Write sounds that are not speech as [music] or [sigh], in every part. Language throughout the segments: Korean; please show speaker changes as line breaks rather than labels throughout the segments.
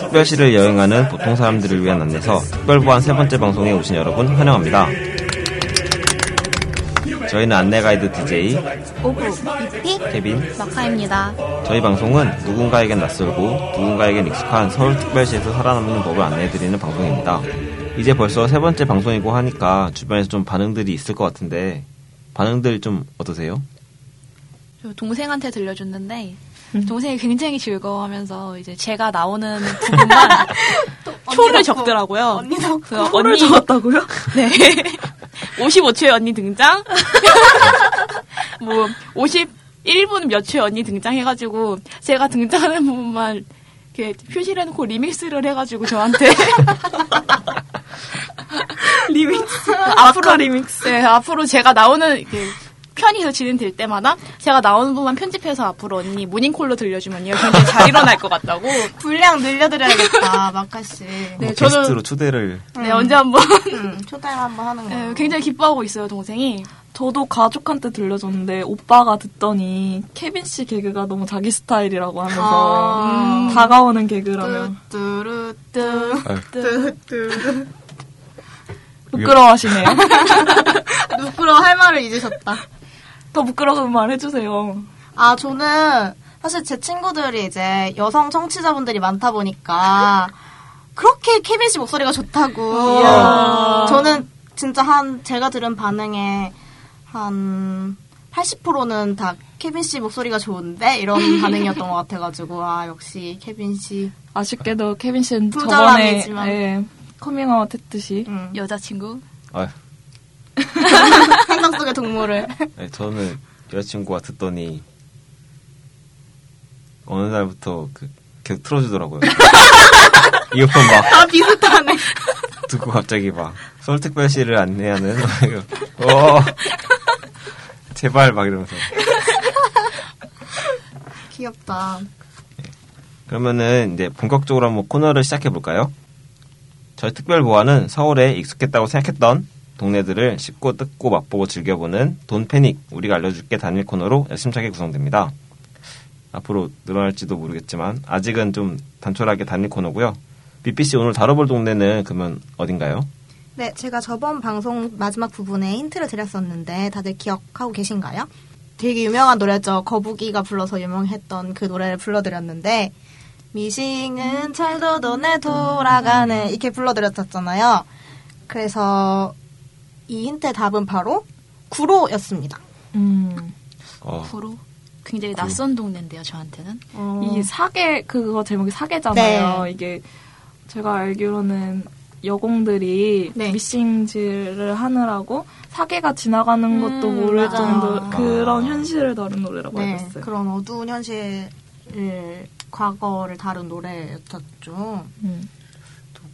특별시를 여행하는 보통 사람들을 위한 안내서 특별보안 세 번째 방송에 오신 여러분 환영합니다. 저희는 안내 가이드 DJ
오브 이피
케빈.
마카입니다.
저희 방송은 누군가에겐 낯설고 누군가에겐 익숙한 서울특별시에서 살아남는 법을 안내해드리는 방송입니다. 이제 벌써 세 번째 방송이고 하니까 주변에서 좀 반응들이 있을 것 같은데 반응들 좀 어떠세요?
저 동생한테 들려줬는데
음.
동생이 굉장히 즐거워하면서 이제 제가
[laughs]
나오는 부분만
초를 적더라고요.
언니 덕
그래서 언니 적었다고요? [laughs] 네. [laughs] 55초에 언니 [laughs] 등장. 뭐 51분 몇 초에 언니 등장해가지고 제가 등장하는 부분만 이렇게 표시를 해놓고 리믹스를 해가지고 [laughs] 저한테 리믹스 아, 앞으로 리믹스 네, 앞으로 제가 나오는 이렇게 편의에서 진행될 때마다 제가 나오는 부분만 편집해서 앞으로 언니 모닝콜로 들려주면요 굉장히 잘 일어날 것 같다고
분량 [laughs] 늘려드려야겠다, 마카씨.
네,
뭐
저는-
게스트로 초대를
네, 언제 한번 [laughs]
초대를 한번 하는 거.
네,
요
굉장히 기뻐하고 있어요 동생이
저도 가족한테 들려줬는데 오빠가 듣더니 케빈 씨 개그가 너무 자기 스타일이라고 하면서
아. 네.
음, 다가오는 개그라면
뚜루뚜.
아유.
뚜뚜. [laughs]
부끄러워하시네요. [laughs]
부끄러워 할 말을 잊으셨다.
더 부끄러운 말 해주세요.
아, 저는 사실 제 친구들이 이제 여성 청취자분들이 많다 보니까 그렇게 케빈 씨 목소리가 좋다고.
이야.
저는 진짜 한 제가 들은 반응에 한 80%는 다 케빈 씨 목소리가 좋은데 이런 반응이었던 것 같아가지고 아 역시 케빈 씨.
아쉽게도 케빈 씨는 저번에
불자랑이지만.
예, 커밍아웃 했듯이
음.
여자친구
아유,
생각 속의 동물을.
[laughs] 아니, 네, 저는 여자친구가 듣더니 어느 날부터 그 계속 틀어주더라고요. [laughs] 이어폰 막
아 비슷하네.
[laughs] 듣고 갑자기 막 서울특별시를 안내하는 [laughs] 어, 제발 막 이러면서
귀엽다.
그러면은 이제 본격적으로 한번 코너를 시작해 볼까요? 저희 특별 보안은 서울에 익숙했다고 생각했던 동네들을 씹고 뜯고 맛보고 즐겨보는 돈 패닉 우리가 알려줄게 단일 코너로 야심차게 구성됩니다. 앞으로 늘어날지도 모르겠지만 아직은 좀 단촐하게 단일 코너고요. BPC 오늘 다뤄볼 동네는 그러면 어딘가요?
네, 제가 저번 방송 마지막 부분에 힌트를 드렸었는데 다들 기억하고 계신가요? 되게 유명한 노래죠. 거북이가 불러서 유명했던 그 노래를 불러드렸는데 미싱은 철도돈에 돌아가네 이렇게 불러드렸었잖아요. 그래서 이 힌트의 답은 바로 구로였습니다.
음,
어,
구로 굉장히 낯선 동네인데요 저한테는
어,
이
음. 네,
사계 그거 제목이 사계잖아요. 이게 제가 알기로는 여공들이
네.
미싱질을 하느라고 사계가 지나가는 것도 모를
음, 맞아요.
정도 그런
아.
현실을 다룬 노래라고
네,
알았어요.
그런 어두운 현실을 과거를 다룬 노래였었죠.
음.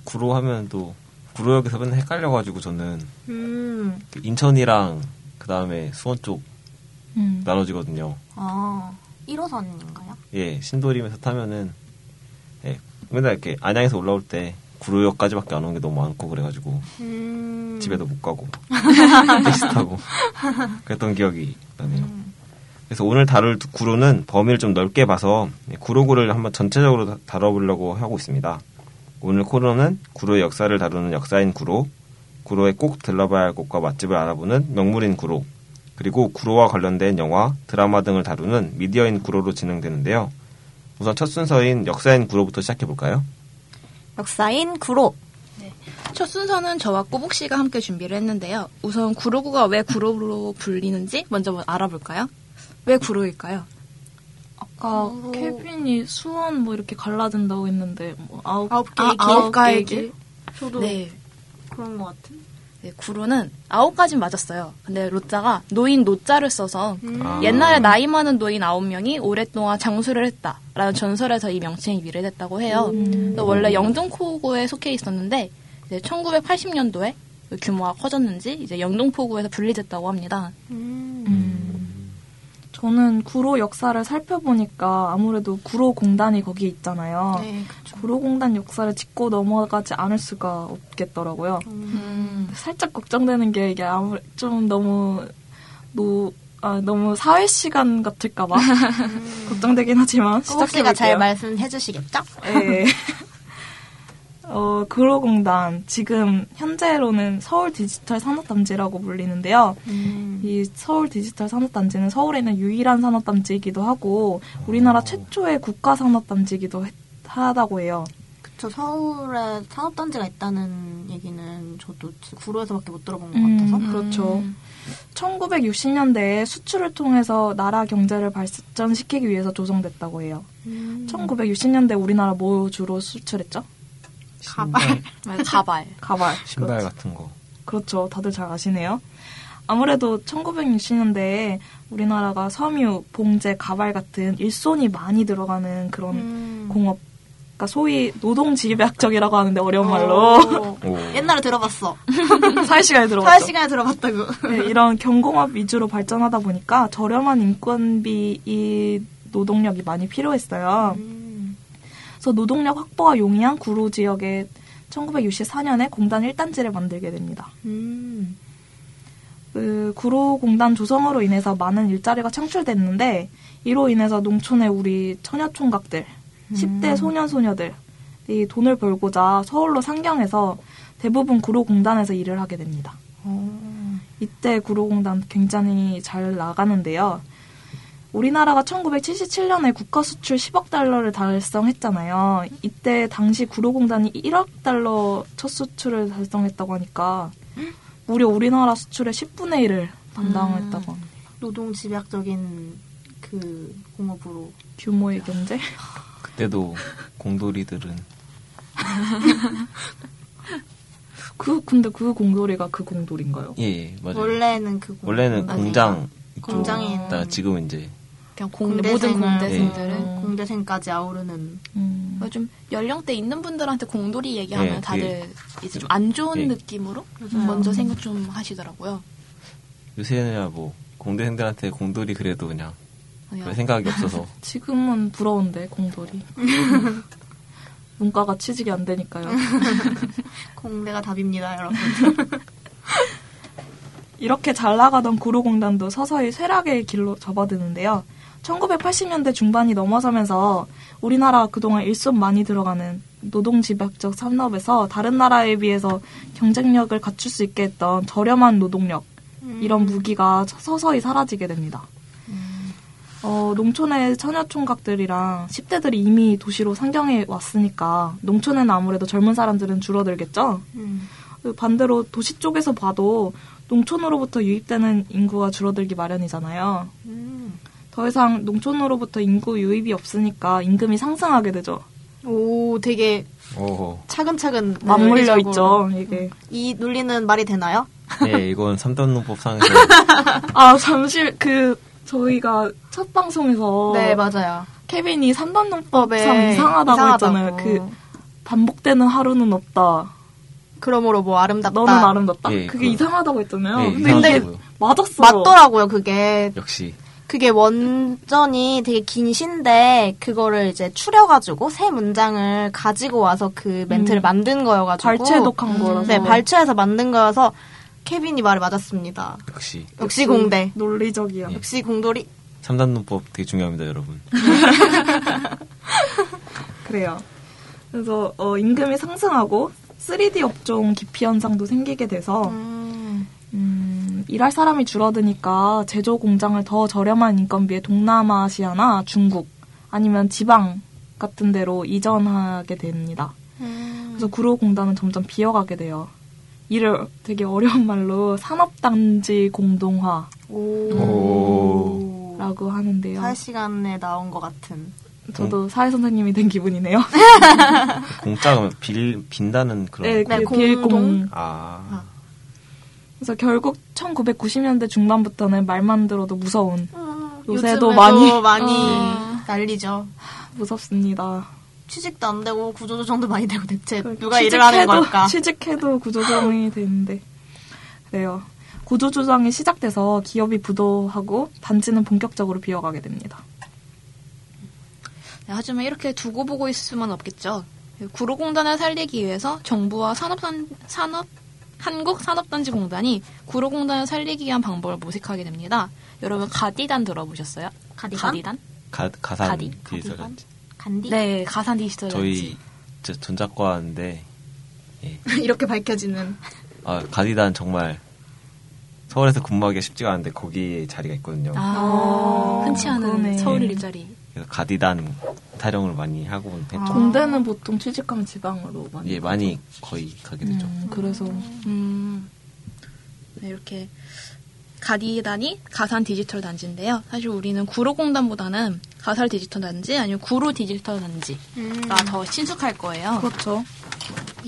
구로 하면 또 구로역에서 맨날 헷갈려가지고 저는
음,
그 인천이랑 그 다음에 수원 쪽
음.
나눠지거든요.
아 1호선인가요?
예, 신도림에서 타면은 예, 맨날 이렇게 안양에서 올라올 때 구로역까지밖에 안 오는 게 너무 많고 그래가지고
음.
집에도 못
[laughs]
가고 택시 타고 그랬던 기억이 나네요.
음.
그래서 오늘 다룰 두- 구로는 범위를 좀 넓게 봐서 구로구를 한번 전체적으로 다- 다뤄보려고 하고 있습니다. 오늘 코너는 구로의 역사를 다루는 역사인 구로, 구로에 꼭 들러봐야 할 곳과 맛집을 알아보는 명물인 구로, 그리고 구로와 관련된 영화, 드라마 등을 다루는 미디어인 구로로 진행되는데요. 우선 첫 순서인 역사인 구로부터 시작해볼까요?
역사인 구로.
첫 순서는 저와 꼬북 씨가 함께 준비를 했는데요. 우선 구로구가 왜 구로로 불리는지 먼저 뭐 알아볼까요? 왜 구로일까요?
아까
어.
케빈이 수원 뭐 이렇게 갈라진다고 했는데 뭐 아홉
아홉 개의
아,
길.
아홉 가의 길.
저도
네.
그런 것 같은.
네, 구로는 아홉 가지 맞았어요. 근데 로자가 노인 노자를 써서
아.
음, 옛날에 나이 많은 노인 아홉 명이 오랫동안 장수를 했다라는 전설에서 이 명칭이 유래됐다고 해요.
음.
음.
그래서 원래 영등포구에 속해 있었는데 이제 1980년도에 그 규모가 커졌는지 이제 영등포구에서 분리됐다고 합니다.
음.
저는 구로 역사를 살펴보니까 아무래도 구로 공단이 거기에 있잖아요.
네, 그쵸.
구로 공단 역사를 짚고 넘어가지 않을 수가 없겠더라고요.
음.
음.
살짝 걱정되는 게 이게 아무 좀 너무 노 아, 너무 사회 시간 같을까 봐 걱정되긴 하지만
혹시가
시작해볼게요.
잘 말씀해 주시겠죠?
예. [laughs] 어, 구로공단 지금 현재로는 서울 디지털 산업단지라고 불리는데요.
음.
이 서울 디지털 산업단지는 서울에 있는 유일한 산업단지이기도 하고 우리나라
오.
최초의 국가 산업단지이기도 했- 하다고 해요.
그쵸, 서울에 산업단지가 있다는 얘기는 저도 구로에서밖에 못 들어본 것
음,
같아서.
그렇죠. 1960년대에 수출을 통해서 나라 경제를 발전시키기 위해서 조성됐다고 해요. 음. 1960년대 우리나라 뭐 주로 수출했죠?
신발,
네,
가발.
가발.
신발 같은 거.
그렇죠. 다들 잘 아시네요. 아무래도 1960년대에 우리나라가 섬유, 봉제, 가발 같은 일손이 많이 들어가는 그런
음.
공업, 그러니까 소위 노동집약적이라고 하는데 어려운 말로 [laughs]
오.
옛날에 들어봤어.
사회시간에
사회
들어갔죠.
시간에 들어봤다고.
네, 이런 경공업 위주로 발전하다 보니까 저렴한 인건비 이 노동력이 많이 필요했어요. 그래서 노동력 확보가 용이한 구로 지역에 1964년에 공단 1단지를 만들게 됩니다.
음.
그 구로 공단 조성으로 인해서 많은 일자리가 창출됐는데 이로 인해서 농촌의 우리 처녀 총각들, 10대 소년 소녀들 이 돈을 벌고자 서울로 상경해서 대부분 구로 공단에서 일을 하게 됩니다. 이때 구로공단 굉장히 잘 나가는데요. 우리나라가 1977년에 국가 수출 10억 달러를 달성했잖아요. 이때 당시 구로공단이 1억 달러 첫 수출을 달성했다고 하니까 무려 우리나라 수출의 10분의 1을 담당했다고 합니다.
노동 집약적인 그 공업으로.
규모의 경제? [laughs]
그때도 공돌이들은
그 근데 그 공돌이가 그 공돌인가요?
예, 예 맞아요.
원래는 그 공-
원래는
공단이-
공장 이쪽.
공장에
나
있는
지금 이제
그냥 공, 모든
공대생을-
공대생들은.
네.
공대생까지 아우르는
음.
뭐좀 연령대 있는 분들한테 공돌이 얘기하면
네,
다들 이제 좀 안 좋은
네.
느낌으로
맞아요.
먼저 생각 좀 하시더라고요.
요새는 뭐 공대생들한테 공돌이 그래도 그냥 별
그냥
생각이
[laughs]
없어서
지금은 부러운데 공돌이. 문과가 취직이 안 되니까요.
공대가 답입니다, 여러분.
이렇게 잘 나가던 구로공단도 서서히 쇠락의 길로 접어드는데요. 1980년대 중반이 넘어서면서 우리나라가 그동안 일손 많이 들어가는 노동집약적 산업에서 다른 나라에 비해서 경쟁력을 갖출 수 있게 했던 저렴한 노동력, [laughs]
음.
이런 무기가 서서히 사라지게 됩니다. 어, 농촌의 처녀총각들이랑 10대들이 이미 도시로 상경해 왔으니까 농촌에는 아무래도 젊은 사람들은 줄어들겠죠?
음.
그 반대로 도시 쪽에서 봐도 농촌으로부터 유입되는 인구가 줄어들기 마련이잖아요.
음.
더 이상 농촌으로부터 인구 유입이 없으니까 임금이 상승하게 되죠.
오, 되게
오.
차근차근
네. 맞물려
논리적으로.
있죠, 이게.
이 논리는 말이 되나요?
네 이건 삼단농법상에서
음.
아, 잠시, 그, 저희가 첫 방송에서
네, 맞아요.
케빈이
법에
삼단농법상 어. 이상하다고, 했잖아요. 그, 반복되는 하루는 없다.
그러므로 뭐 아름답다.
너는 아름답다?
예,
그게
그거.
이상하다고 했잖아요.
예,
근데 이게
이상하다고요.
맞았어.
맞더라고요, 그게.
역시
그게 원전이 되게 긴 시인데 그거를 이제 추려가지고 새 문장을 가지고 와서 그 멘트를
음.
만든 거여가지고
발췌독한 거라서.
네 발췌해서 만든 거여서 케빈이 말이 맞았습니다.
역시
역시 공대.
논리적이야.
예.
역시 공돌이.
삼단농법 되게 중요합니다 여러분.
그래요. 그래서 어, 임금이 상승하고 3D 업종 기피 현상도 생기게 돼서
음.
음, 일할 사람이 줄어드니까 제조 공장을 더 저렴한 인건비에 동남아시아나 중국 아니면 지방 같은 데로 이전하게 됩니다.
음.
그래서 구로 공단은 점점 비어가게 돼요. 이를 되게 어려운 말로 산업단지 공동화라고
음.
오.
하는데요.
살 시간에 나온 것 같은.
저도 사회 선생님이 된 기분이네요.
공짜가 빌 빈다는 그런.
[laughs] 네,
거.
공-
빌공
아
그래서 결국 1990년대 중반부터는 말만 들어도 무서운 요새도
아, 요즘에도
많이
많이 난리죠.
무섭습니다.
취직도 안 되고 구조조정도 많이 되고 대체 누가
취직해도-
일을 하는 걸까?
[laughs] 취직해도 구조조정이 되는데 그래요. 구조조정이 시작돼서 기업이 부도하고 단지는 본격적으로 비어가게 됩니다.
네, 하지만 이렇게 두고 보고 있을 수만 없겠죠. 구로공단을 살리기 위해서 정부와 산업 산업 한국 산업단지 공단이 구로공단을 살리기 위한 방법을 모색하게 됩니다. 여러분 가디단 들어보셨어요?
가디건?
가디단?
네.
가, 가산
가디?
디지털
가디건?
단지.
간디.
네, 가산 디지털 단지.
저희 저 전작과인데 예.
[laughs] 이렇게 밝혀지는.
아, 가디단 정말 서울에서 근무하기가 쉽지가 않은데 거기에 자리가 있거든요.
아,
아,
흔치 않은
그러네.
서울
예.
일자리.
그래서 가디단 타령을 많이 하고 했죠.
공대는 보통 취직하면 지방으로 많이.
예, 많이 거의 가게 되죠.
음, 그래서
음, 네, 이렇게 가디단이 가산 디지털 단지인데요. 사실 우리는 구로공단보다는 가설 디지털 단지 아니면 구로 디지털 단지가
아,
더 친숙할 거예요.
그렇죠.
음,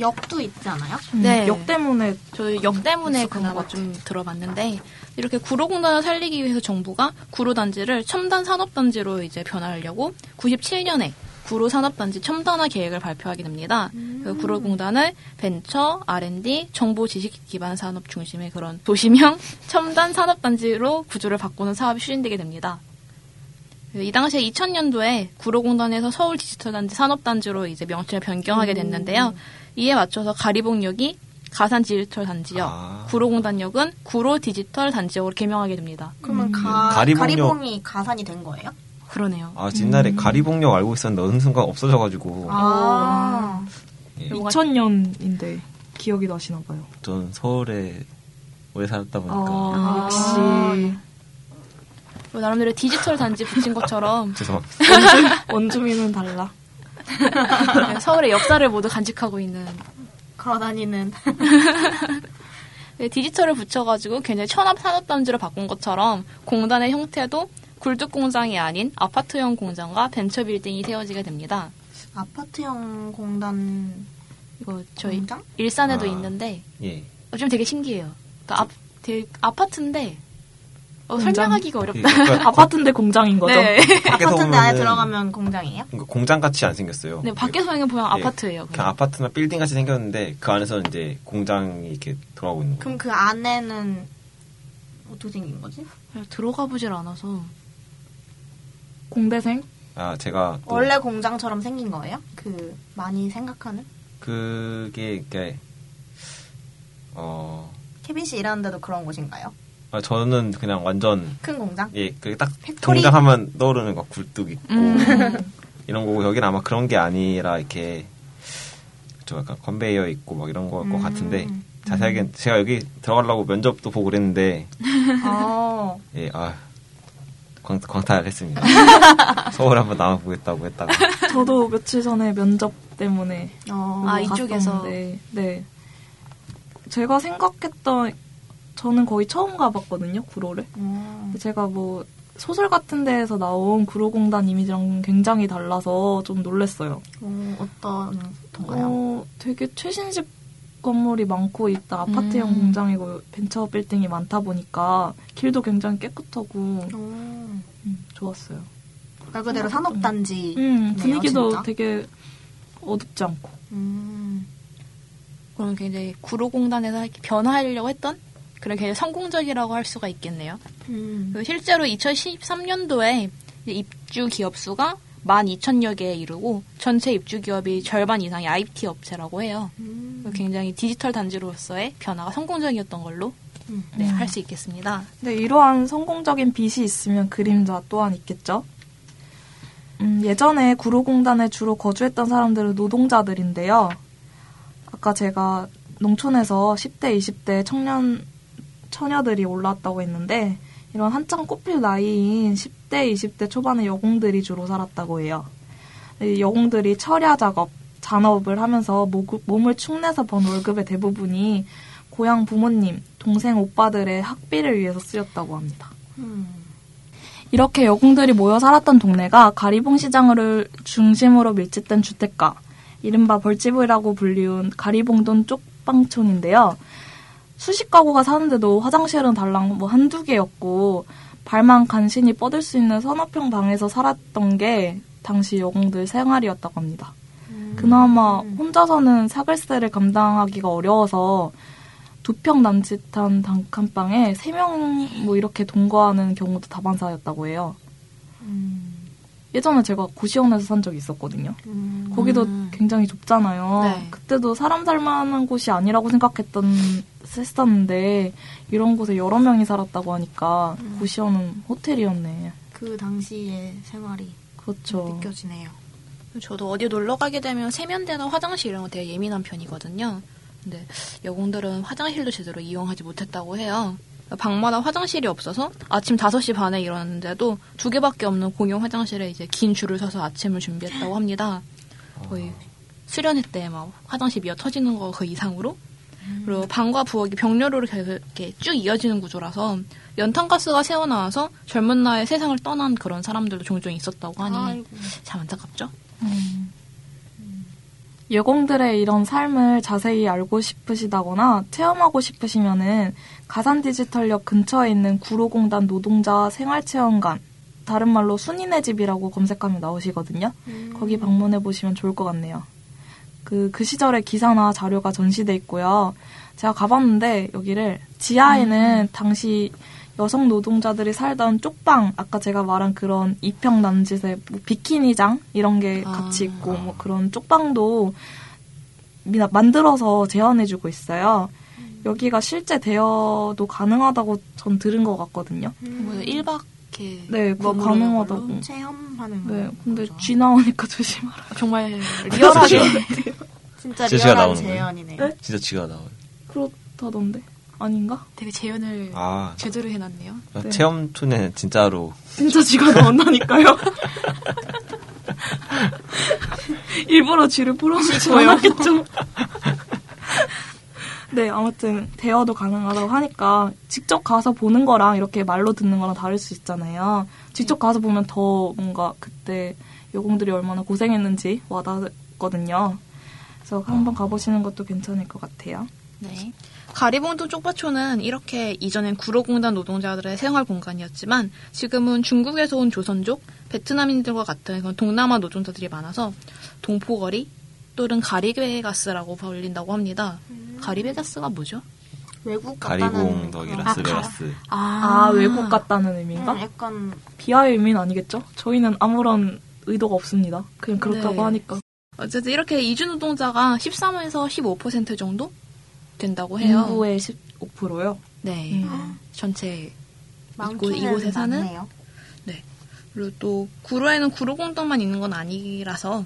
역도 있지 않아요?
음,
네.
역 때문에
저희 역 때문에
익숙한
그나마
것 같아.
좀 들어봤는데 이렇게 구로공단을 살리기 위해서 정부가 구로단지를 첨단 산업단지로 이제 변화하려고 97년에 구로산업단지 첨단화 계획을 발표하게 됩니다.
음.
그 구로공단을 벤처, R&D, 정보 지식 기반 산업 중심의 그런 도시명 [laughs] 첨단 산업단지로 구조를 바꾸는 사업이 추진되게 됩니다. 그 이 당시에 2000년도에 구로공단에서 서울 디지털단지 산업단지로 이제
음.
명칭을 변경하게 됐는데요. 이에 맞춰서 가리봉역이 가산 디지털 단지역,
아.
구로공단역은 구로 디지털 단지역으로 개명하게 됩니다.
그러면 가,
가리봉역-
음. 가리봉이 가산이 된 거예요?
그러네요.
아, 옛날에 가리봉역 알고 있었는데 어느 순간 없어져가지고
아.
예,
요거-
2000년인데 기억이 나시나 봐요.
전 서울에 오래 살았다 보니까
아, [laughs] 역시
그리고 나름대로 디지털 단지 붙인 것처럼 [laughs]
죄송합니다.
원주민은 달라.
서울의 역사를 모두 간직하고 있는
걸어다니는.
네, 디지털을 붙여가지고 굉장히 천합 산업 단지로 바꾼 것처럼 공단의 형태도 굴뚝 공장이 아닌 아파트형 공장과 벤처 빌딩이 세워지게 됩니다.
[laughs]
아파트형 공단
이거 저희
공장?
일산에도
아.
있는데
예.
어, 좀 되게 신기해요. 그러니까 앞, 되게 아파트인데 어,
공장?
설명하기가
이게
어렵다.
약간
[laughs] 아파트인데 공장인 거죠?
[laughs] 네.
그러니까
밖에서
아파트인데 안에
보면은
들어가면 공장이에요?
뭔가 그러니까 공장같이 안 생겼어요.
네, 밖에서 보면 보면 아파트예요.
그냥
그냥.
아파트나 빌딩 같이 생겼는데 그 안에서는 이제 공장이 이렇게 돌아오고 있는 거예요.
그럼 그 안에는 어떻게 생긴 거지?
그냥 들어가 보질 않아서.
공대생?
아 제가
뭐.
또
원래 공장처럼 생긴 거예요? 그 많이 생각하는?
그게 이렇게 어
케빈 씨 일하는 데도 그런 곳인가요?
아, 저는 그냥 완전
큰 공장?
예 그게 딱
팩토리?
공장하면 떠오르는 거 굴뚝 있고
음.
이런 거고 여기는 아마 그런 게 아니라 이렇게 좀 약간 컨베이어 있고 막 이런 거것
음.
같은데 자세하게 제가 여기 들어가려고 면접도 보고 그랬는데
[laughs]
어.
예아 광탈
[laughs]
했습니다. 서울 한번 나와보겠다고 했다가
저도 며칠 전에 면접 때문에
어.
뭐
아, 이쪽에서.
갔었는데, 네. 제가 생각했던 저는 거의 처음 가봤거든요 구로를.
어.
근데 제가 뭐 소설 같은 데에서 나온 구로공단 이미지랑 굉장히 달라서 좀 놀랐어요.
어, 어떤 건가요?
어, 되게 최신식 건물이 많고 있다 아파트형
음.
공장이고 뭐 벤처 빌딩이 많다 보니까 길도 굉장히 깨끗하고
어.
음, 좋았어요.
말 그대로 산업단지.
음,
그래요,
분위기도
진짜?
되게 어둡지 않고.
음.
그럼 굉장히 구로공단에서 이렇게 변화하려고 했던 그런 굉장히 성공적이라고 할 수가 있겠네요.
음.
그 실제로 2013년도에 입주 기업 수가 12,000여 개에 이르고 전체 입주 기업이 절반 이상이 IT 업체라고 해요.
음.
굉장히 디지털 단지로서의 변화가 성공적이었던 걸로
음.
네,
음.
할 수 있겠습니다.
근데 이러한 성공적인 빛이 있으면 그림자 또한 있겠죠. 음, 예전에 구로공단에 주로 거주했던 사람들은 노동자들인데요. 아까 제가 농촌에서 10대, 20대 청년, 처녀들이 올라왔다고 했는데, 이런 한창 꽃필 나이인 10대, 20대 초반의 여공들이 주로 살았다고 해요. 이 여공들이 철야 작업, 잔업을 하면서 목- 몸을 축내서 번 월급의 대부분이 고향 부모님, 동생 오빠들의 학비를 위해서 쓰였다고 합니다.
음.
이렇게 여공들이 모여 살았던 동네가 가리봉 시장을 중심으로 밀집된 주택가, 이른바 벌집이라고 불리운 가리봉돈 쪽방촌인데요. 수십 가구가 사는데도 화장실은 달랑 뭐 한두 개였고, 발만 간신히 뻗을 수 있는 서너 평 방에서 살았던 게 당시 여공들 생활이었다고 합니다.
음,
그나마 혼자서는 사글세를 감당하기가 어려워서 두 평 남짓한 단칸방에 세 명 뭐 이렇게 동거하는 경우도 다반사였다고 해요.
음.
예전에 제가 고시원에서 산 적이 있었거든요.
음.
거기도
음.
굉장히 좁잖아요.
네.
그때도 사람 살만한 곳이 아니라고 생각했던 했었는데 이런 곳에 여러 명이 살았다고 하니까
음.
고시원은 호텔이었네.
그 당시의 생활이
그렇죠.
느껴지네요.
저도 어디 놀러 가게 되면 세면대나 화장실 이런 거 되게 예민한 편이거든요. 근데 여공들은 화장실도 제대로 이용하지 못했다고 해요. 방마다 화장실이 없어서 아침 5시 반에 일어났는데도 두 개밖에 없는 공용 화장실에 이제 긴 줄을 서서 아침을 준비했다고 합니다. 거의 수련회 때 막 화장실 미어 터지는 거 그 이상으로 그리고 방과 부엌이 병렬로 계속 이렇게 쭉 이어지는 구조라서 연탄가스가 새어나와서 젊은 나이에 세상을 떠난 그런 사람들도 종종 있었다고 하니 참 안타깝죠.
여공들의 음. 이런 삶을 자세히 알고 싶으시다거나 체험하고 싶으시면은 가산 디지털역 근처에 있는 구로공단 노동자 생활체험관 다른 말로 순이네 집이라고 검색하면 나오시거든요. 거기 방문해 보시면 좋을 것 같네요. 그, 그 시절의 기사나 자료가 전시돼 있고요. 제가 가봤는데 여기를 지하에는 당시 여성 노동자들이 살던 쪽방, 아까 제가 말한 그런 이평 남짓의 뭐 비키니장 이런 게
아.
같이 있고 뭐 그런 쪽방도 미나- 만들어서 제안해주고 있어요. 여기가 실제 대여도 가능하다고 전 들은 것 같거든요.
뭐 1박 이렇게
네, 그거
머무르는
가능하다고.
걸로?
뭐 체험하는 거.
네, 근데
거죠.
쥐 나오니까 [laughs] 조심하라.
정말
진짜
리얼하게
진짜
진짜
리얼한
나오는 거예요?
재현이네요.
네?
진짜 지가 나와요.
그렇다던데. 아닌가?
되게 재현을
아
제대로 해놨네요.
네.
체험 촌에 진짜로
진짜 쥐가 나온다니까요. [laughs] 일부러 쥐를 풀어놓지 않았겠죠. [laughs] 네, 아무튼 대화도 가능하다고 하니까 직접 가서 보는 거랑 이렇게 말로 듣는 거랑 다를 수 있잖아요. 직접 가서 보면 더 뭔가 그때 여공들이 얼마나 고생했는지 와닿거든요. 그래서 한번 가보시는 것도 괜찮을 것 같아요.
네. 가리봉동 쪽파초는 이렇게 이전엔 구로공단 노동자들의 생활 공간이었지만 지금은 중국에서 온 조선족, 베트남인들과 같은 그런 동남아 노동자들이 많아서 동포거리 또는 가리베가스라고 불린다고 합니다. 가리베가스가 뭐죠?
외국
가리봉
같다는
덕이라스
그런-
레라스
아, 외국 같다는 의미인가?
음, 약간
비하의 의미는 아니겠죠? 저희는 아무런 의도가 없습니다. 그냥 그렇다고
네.
하니까.
어쨌든 이렇게 이주 노동자가 13에서 15% 정도 된다고 해요.
인구의 15%요.
네.
음.
전체
많기는
이곳에 사는
많네요.
그리고 또 구로에는 구로공동만 있는 건 아니라서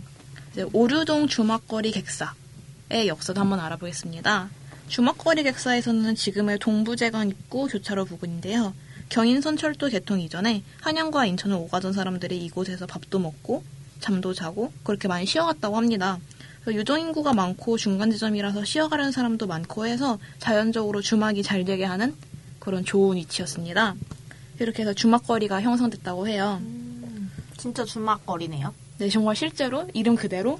이제 오류동 주막거리 객사의 역사도 한번 알아보겠습니다. 주막거리 객사에서는 지금의 동부제강 입구 교차로 부근인데요. 경인선 철도 개통 이전에 한양과 인천을 오가던 사람들이 이곳에서 밥도 먹고 잠도 자고 그렇게 많이 쉬어갔다고 합니다. 그래서 유동 인구가 많고 중간 지점이라서 쉬어가려는 사람도 많고 해서 자연적으로 주막이 잘 되게 하는 그런 좋은 위치였습니다. 이렇게 해서 주막거리가 형성됐다고 해요.
진짜 주막거리네요.
네, 정말 실제로 이름 그대로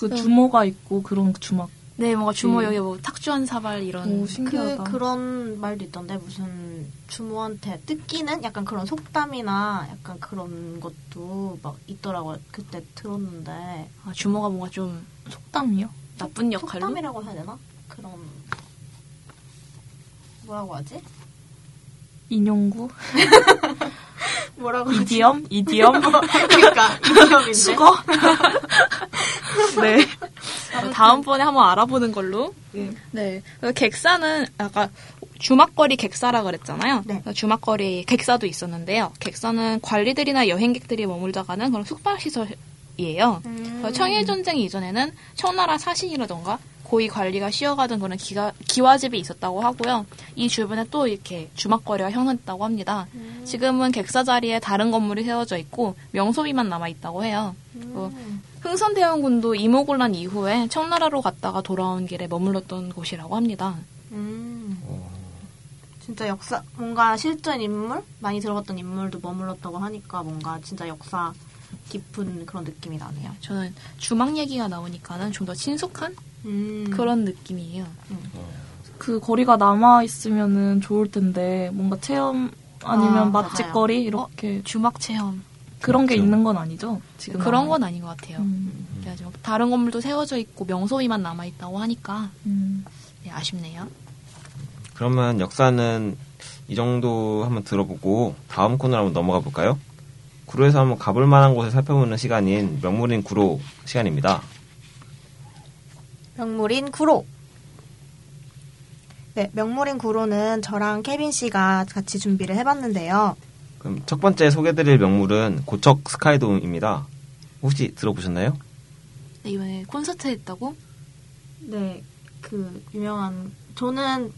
그 주모가 있고 그런 주막.
네, 뭔가 주모
음.
여기 뭐 탁주한 사발 이런
오, 신기하다.
그 그런 말도 있던데 무슨 주모한테 뜯기는 약간 그런 속담이나 약간 그런 것도 막 있더라고요. 그때 들었는데
아, 주모가 뭔가 좀
땀이요?
나쁜 역할로
속담이라고 해야 되나? 그런 뭐라고
[laughs]
하지?
인용구?
뭐라고
이디엄? 이디엄?
[laughs] 그러니까 이념인데
수거? [laughs] 네.
어, 다음번에 한번 알아보는 걸로.
네.
네, 그 객사는 아까 주막거리 객사라 그랬잖아요.
네.
그 주막거리 객사도 있었는데요. 객사는 관리들이나 여행객들이 머물다 가는 그런 숙박 시설이에요.
음.
그 청일 전쟁 이전에는 청나라 사신이라던가 고위 관리가 쉬어가던 그런 기가, 기와집이 있었다고 하고요. 이 주변에 또 이렇게 주막거리가 형성됐다고 합니다. 지금은 객사 자리에 다른 건물이 세워져 있고 명소비만 남아 있다고 해요. 뭐, 흥선대원군도 이모곤란 이후에 청나라로 갔다가 돌아온 길에 머물렀던 곳이라고 합니다.
음. 진짜 역사 뭔가 실전 인물 많이 들어봤던 인물도 머물렀다고 하니까 뭔가 진짜 역사 깊은 그런 느낌이 나네요.
저는 주막 얘기가 나오니까는 좀 더 친숙한
음.
그런 느낌이에요.
그 거리가 남아있으면은 좋을 텐데, 뭔가 체험, 아니면
아,
맛집
맞아요.
거리? 이렇게.
주막 체험
그런 게
그렇죠.
있는 건 아니죠? 지금.
그런 건 아닌 것 같아요.
음.
그래가지고 다른 건물도 세워져 있고 명소비만 남아 있다고 하니까
음.
네, 아쉽네요.
그러면 역사는 이 정도 한번 들어보고 다음 코너로 한번 넘어가 볼까요? 구로에서 한번 가볼 만한 곳을 살펴보는 시간인 명물인 구로 시간입니다.
명물인 구로. 네, 명물인 구로는 저랑 케빈 씨가 같이 준비를 해봤는데요.
그럼 첫 번째 소개드릴 명물은 고척 스카이돔입니다. 혹시 들어보셨나요?
네, 이번에 콘서트 했다고
네, 그 유명한 저는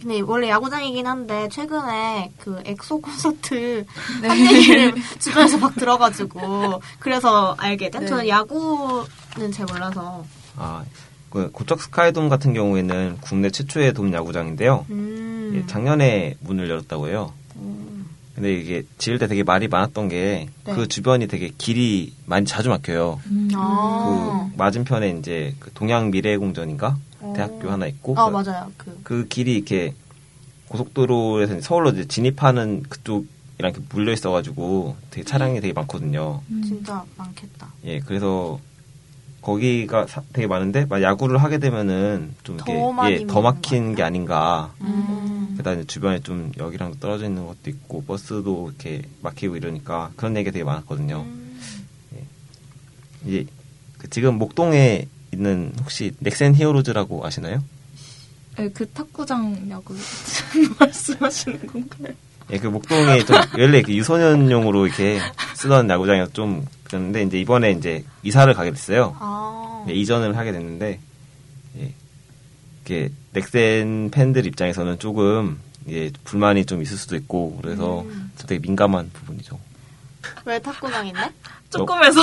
근데 원래 야구장이긴 한데 최근에 그 엑소 [laughs] 콘서트 한 얘기를 주변에서 막 들어가지고 그래서 알게 된.
네.
저는 야구는 잘 몰라서.
아, 그 고척 스카이돔 같은 경우에는 국내 최초의 돔 야구장인데요.
음.
예, 작년에 문을 열었다고 해요.
음.
근데 이게 지을 때 되게 말이 많았던 게 그
네.
주변이 되게 길이 많이 자주 막혀요.
음.
아.
그 맞은편에 이제 그 동양 미래공전인가
어.
대학교 하나 있고
아
그-
맞아요. 그
그 길이 이렇게 고속도로에서 이제 서울로 이제 진입하는 그쪽이랑 이렇게 물려 있어가지고 되게 차량이 되게 많거든요.
진짜 많겠다.
예, 그래서 거기가 사- 되게 많은데 막 야구를 하게 되면은 좀 이게
더 많이
예, 더
밀리는
막히는 게 아닌가.
음.
그다음에 주변에 좀 여기랑 떨어져 있는 것도 있고 버스도 이렇게 막히고 이러니까 그런 얘기 가 되게
음.
많았거든요. 음. 이제 그 지금 목동에 있는 혹시 넥센 히어로즈라고 아시나요?
네, 그 탁구장 야구 말씀하시는 건가요?
예, 그 목동에
[laughs]
좀 원래 그 유소년용으로 이렇게 쓰던 야구장이었 좀 그런데 이제 이번에 이제 이사를 가게 됐어요.
아.
예, 이전을 하게 됐는데 예, 이게 넥센 팬들 입장에서는 조금 예, 불만이 좀 있을 수도 있고 그래서
음.
좀 되게 민감한 부분이죠.
왜 탁구장인데?
조금해서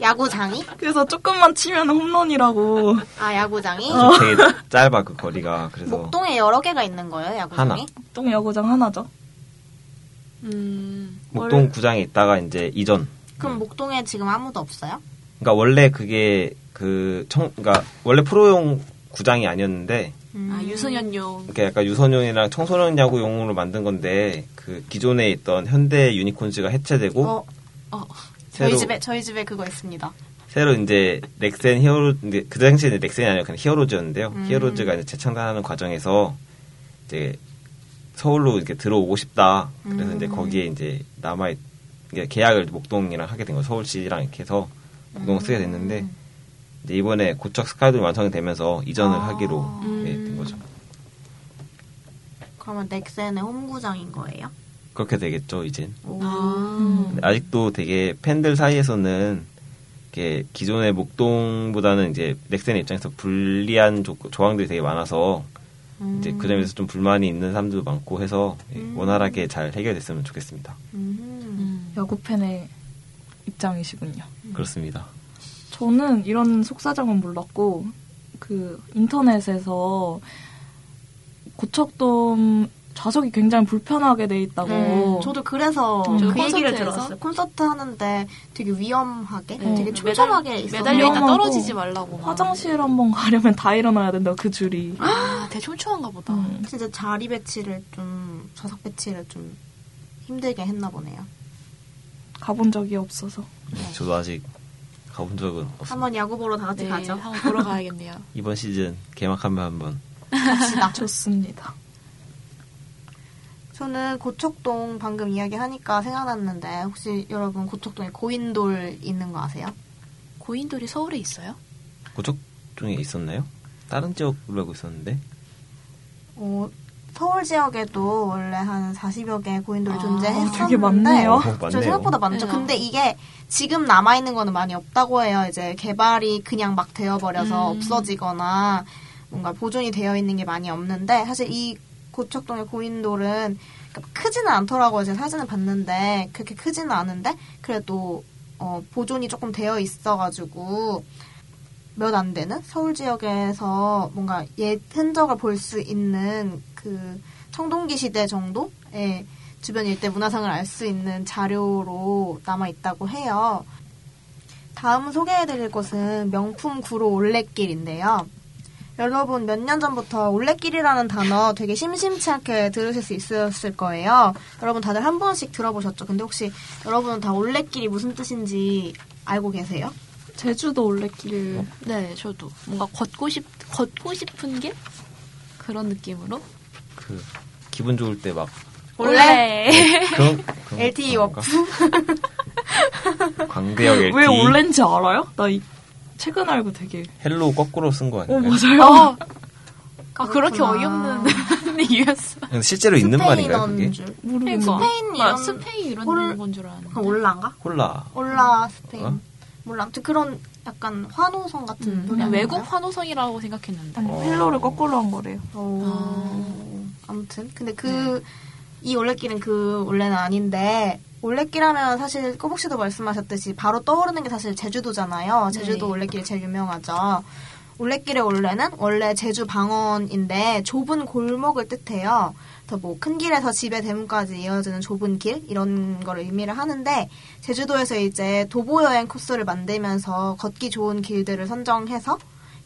야구장이?
그래서 조금만 치면 홈런이라고.
아 야구장이?
그래서 되게 짧아 그 거리가 그래서
목동에 여러 개가 있는 거예요 야구장이?
동 야구장 하나죠.
음,
목동 구장에 있다가 이제 이전.
그럼 목동에 지금 아무도 없어요?
그러니까 원래 그게 그 청, 그러니까 원래 프로용 구장이 아니었는데
음.
아, 유소년용.
이렇게 약간 유소년이랑 청소년 야구용으로 만든 건데 그 기존에 있던 현대 유니콘즈가 해체되고
어,
어,
저희
새로-
집에 저희 집에 그거 있습니다.
새로 이제 넥센 히어로 이제 그 당시에는 넥센이 아니라 그냥 히어로즈였는데요.
음.
히어로즈가 이제 재창단하는 과정에서 이제 서울로 이렇게 들어오고 싶다. 그래서
음.
이제 거기에 이제 남아 있- 이제 계약을 목동이랑 하게 된 거예요. 서울시랑 이렇게 해서 목동을 쓰게 됐는데
음.
이제 이번에 고척 스카이돔이 완성이 되면서 이전을
아.
하기로
음.
예, 된 거죠.
그러면 넥센의 홈구장인 거예요?
그렇게 되겠죠, 이젠.
오.
아.
근데 아직도 되게 팬들 사이에서는 이렇게 기존의 목동보다는 이제 넥센의 입장에서 불리한 조, 조항들이 되게 많아서
음.
이제 그 점에서 좀 불만이 있는 사람도 많고 해서 예,
음.
원활하게 잘 해결됐으면 좋겠습니다.
음.
음.
야구 팬의 입장이시군요.
그렇습니다.
저는 이런 속사정은 몰랐고 그 인터넷에서 고척돔 좌석이 굉장히 불편하게 돼 있다고.
음, 저도 그래서
저도
그 얘기를
콘서트에서?
들었어요. 콘서트 하는데 되게 위험하게,
네.
되게
매달-
촘촘하게 있어서
매달려 있다
위험하고
떨어지지 말라고. 막.
화장실 한번 가려면 다 일어나야 된다 그 줄이.
아, 되게 촘촘한가 보다.
음.
진짜 자리 배치를 좀 좌석 배치를 좀 힘들게 했나 보네요.
가본 적이 없어서.
예, 저도 아직 가본 적은 없습니다.
네. 한번 야구 보러 다 같이
네,
가죠.
한번 보러 가야겠네요. [laughs]
이번 시즌 개막하면 한번
갑시다.
좋습니다.
[laughs] 저는 고척동 방금 이야기하니까 생각났는데 혹시 여러분 고척동에 고인돌 있는 거 아세요?
고인돌이 서울에 있어요?
고척 중에 있었나요? 다른 지역으로 알고 있었는데
어, 서울 지역에도 원래 한 40여 개 고인돌이
아,
존재했었는데
되게 많네요.
어,
저
맞네요.
생각보다 많죠.
네.
근데 이게 지금 남아 있는 거는 많이 없다고 해요. 이제 개발이 그냥 막 되어 버려서
음.
없어지거나 뭔가 보존이 되어 있는 게 많이 없는데 사실 이 고척동의 고인돌은 그러니까 크지는 않더라고요. 제가 사진을 봤는데 그렇게 크지는 않은데 그래도 어, 보존이 조금 되어 있어가지고 몇 안 되는 서울 지역에서 뭔가 옛 흔적을 볼 수 있는 그 청동기 시대 정도의 주변 일대 문화상을 알 수 있는 자료로 남아 있다고 해요. 다음 소개해드릴 곳은 명품 구로 올레길인데요. 여러분 몇 년 전부터 올레길이라는 단어 되게 심심치 않게 들으실 수 있었을 거예요. 여러분 다들 한 번씩 들어보셨죠? 근데 혹시 여러분은 다 올레길이 무슨 뜻인지 알고 계세요?
제주도 올레길
네, 저도 뭔가 걷고 싶 걷고 싶은 길 그런 느낌으로.
그 기분 좋을 때
[laughs]
막
[laughs]
그런, 그런
LTE
건가? 광대역 LTE
왜 올렌지 알아요? 나 이, 최근 알고 되게
헬로 거꾸로 쓴 거
어
아닌가요?
맞아요.
어. 아 그렇게
그렇구나.
어이없는 [laughs] 이유였어.
근데 실제로 있는 말인가요 그게?
스페인어인 줄.
모르겠어.
막 아,
그러니까.
스페인 이런 그러니까
스페인 이런
올-
건줄 알았는데.
올라인가?
콜라
올라 스페인
어?
몰라 아무튼 그런 약간 환호성 같은
음,
노래
그냥 외국
아닌가요?
환호성이라고 생각했는데.
아니, 펠로를 거꾸로 한 거래요.
어... 아무튼 근데 그 이 올레길은 그 원래는 아닌데 올레길하면 사실 꼬북 씨도 말씀하셨듯이 바로 떠오르는 게 사실 제주도잖아요. 제주도
네.
올레길이 제일 유명하죠. 올레길의 원래는 원래 제주 방언인데 좁은 골목을 뜻해요. 더 뭐 큰 길에서 집의 대문까지 이어지는 좁은 길 이런 거를 의미를 하는데 제주도에서 이제 도보 여행 코스를 만들면서 걷기 좋은 길들을 선정해서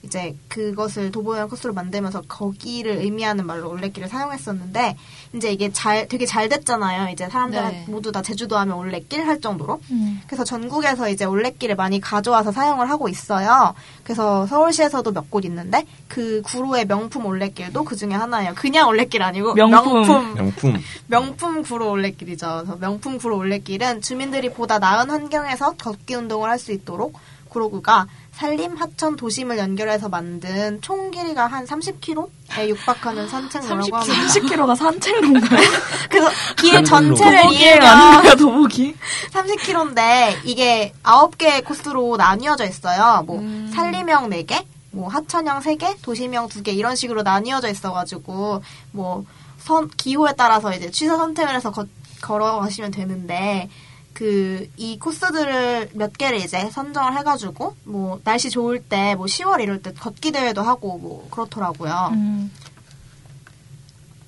이제 그것을 도보여행 코스로 만들면서 거기를 의미하는 말로 올레길을 사용했었는데 이제 이게 잘 되게 잘 됐잖아요. 이제 사람들
네.
모두 다 제주도 하면 올레길 할 정도로. 그래서 전국에서 이제 올레길을 많이 가져와서 사용을 하고 있어요. 그래서 서울시에서도 몇 곳 있는데 그 구로의 명품 올레길도 그 중에 하나예요. 그냥 올레길 아니고
명품.
명품
명품.
명품 구로 올레길이죠. 그래서 명품 구로 올레길은 주민들이 보다 나은 환경에서 걷기 운동을 할 수 있도록 구로구가 산림, 하천, 도심을 연결해서 만든 총 길이가 한 30km에 육박하는 산책로라고 합니다.
30km가 산책로인가요?
[laughs] 그래서 길 전체를
도보길
이으면
아닌가요, 도보길?
30km인데 이게 9개의 코스로 나뉘어져 있어요. 뭐 산림형 4개, 뭐 하천형 3개, 도심형 2개 이런 식으로 나뉘어져 있어 가지고 뭐 선, 기호에 따라서 이제 취사 선택을 해서 걷- 걸어가시면 되는데 그 이 코스들을 몇 개를 이제 선정을 해 가지고 뭐 날씨 좋을 때 뭐 10월 이럴 때 걷기 대회도 하고 뭐 그렇더라고요.
음.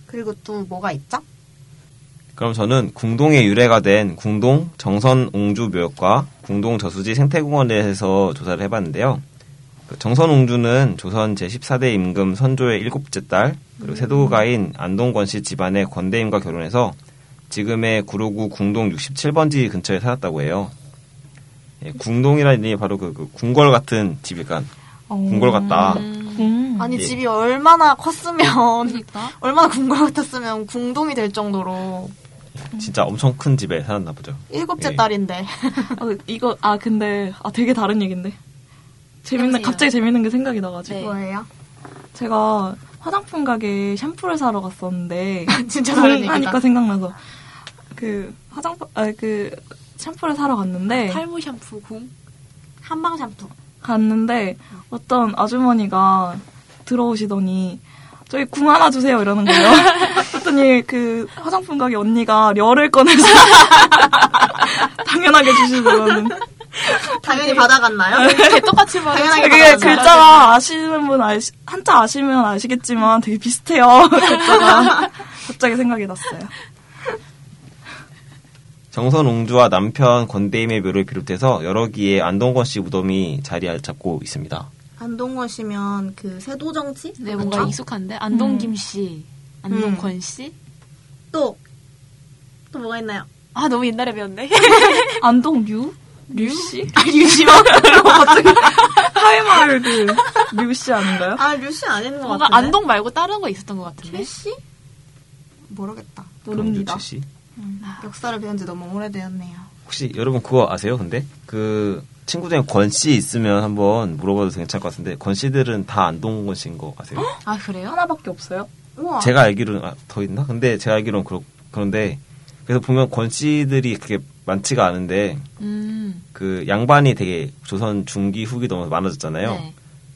그리고 또 뭐가 있죠?
그럼 저는 궁동의 유래가 된 궁동 정선 옹주 묘역과 궁동 저수지 생태공원에서 조사를 해봤는데요. 그 정선 옹주는 조선 제14대 임금 선조의 일곱째 딸
음.
그리고 세도가인 안동권 씨 집안의 권대임과 결혼해서 지금의 구로구 궁동 67번지 근처에 살았다고 해요. 예, 궁동이라니 바로 그, 그 궁궐 같은
음.
집이니까 [laughs]
어.
궁궐 같다.
네.
궁.
아니
예.
집이 얼마나 컸으면
그러니까.
[laughs] 얼마나 궁궐 같았으면 궁동이 될 정도로
진짜 엄청 큰 집에 살았나 보죠.
일곱째
예.
딸인데
아, 이거 아 근데 아 되게 다른 얘긴데. 재밌는
여보세요?
갑자기 재밌는 게 생각이 나가지고
네.
뭐예요?
제가 화장품 가게 샴푸를 사러 갔었는데
[laughs] 진짜 다른
궁
얘기다.
하니까 생각나서 그 화장품 아 그 샴푸를 사러 갔는데
네. 탈모 샴푸 공.
한방 샴푸.
갔는데 어떤 아주머니가 들어오시더니 저희 궁 하나 주세요 이러는 거예요.
[laughs]
그랬더니 그 화장품 가게 언니가 려를 꺼내서 [laughs] 당연하게 주시더라는.
당연히 [laughs] 받아갔나요?
네.
개 똑같이 말해.
당연하게
그게
받아갔나요?
글자가 아시는 분 아시, 한자 아시면 아시겠지만 되게 비슷해요. [laughs] 글자가 갑자기 생각이 났어요.
정선 옹주와 남편 권대임의 묘를 비롯해서 여러 기의 안동권 씨 무덤이 자리 잡고 있습니다.
안동원 씨면 그 세도 정치?
네,
뭐.
뭔가 익숙한데 안동 김 씨, 안동
음.
권 씨.
또또 뭐가 있나요?
아 너무 옛날에 배웠네.
안동 류? 아, 류씨?
류씨요?
갑자기 하이마을 그 류씨 아닌가요?
아 류씨 아닌 것
뭔가
같은데.
안동 말고 다른 거 있었던 것 같은데.
최씨? 모르겠다.
모릅니다.
옹주 최씨.
역사를 배운 지 너무 오래되었네요.
혹시 여러분 그거 아세요? 근데 그 친구 중에 권 씨 있으면 한번 물어봐도 괜찮을 것 같은데 권 씨들은 다 안동권 씨인 거 아세요?
아 그래요?
하나밖에 없어요?
우와.
제가 알기로는 아, 더 있나? 근데 제가 알기로는 그렇, 그런데 그래서 보면 권 씨들이 그게 많지가 않은데
음.
그 양반이 되게 조선 중기 후기 넘어 많아졌잖아요.
네.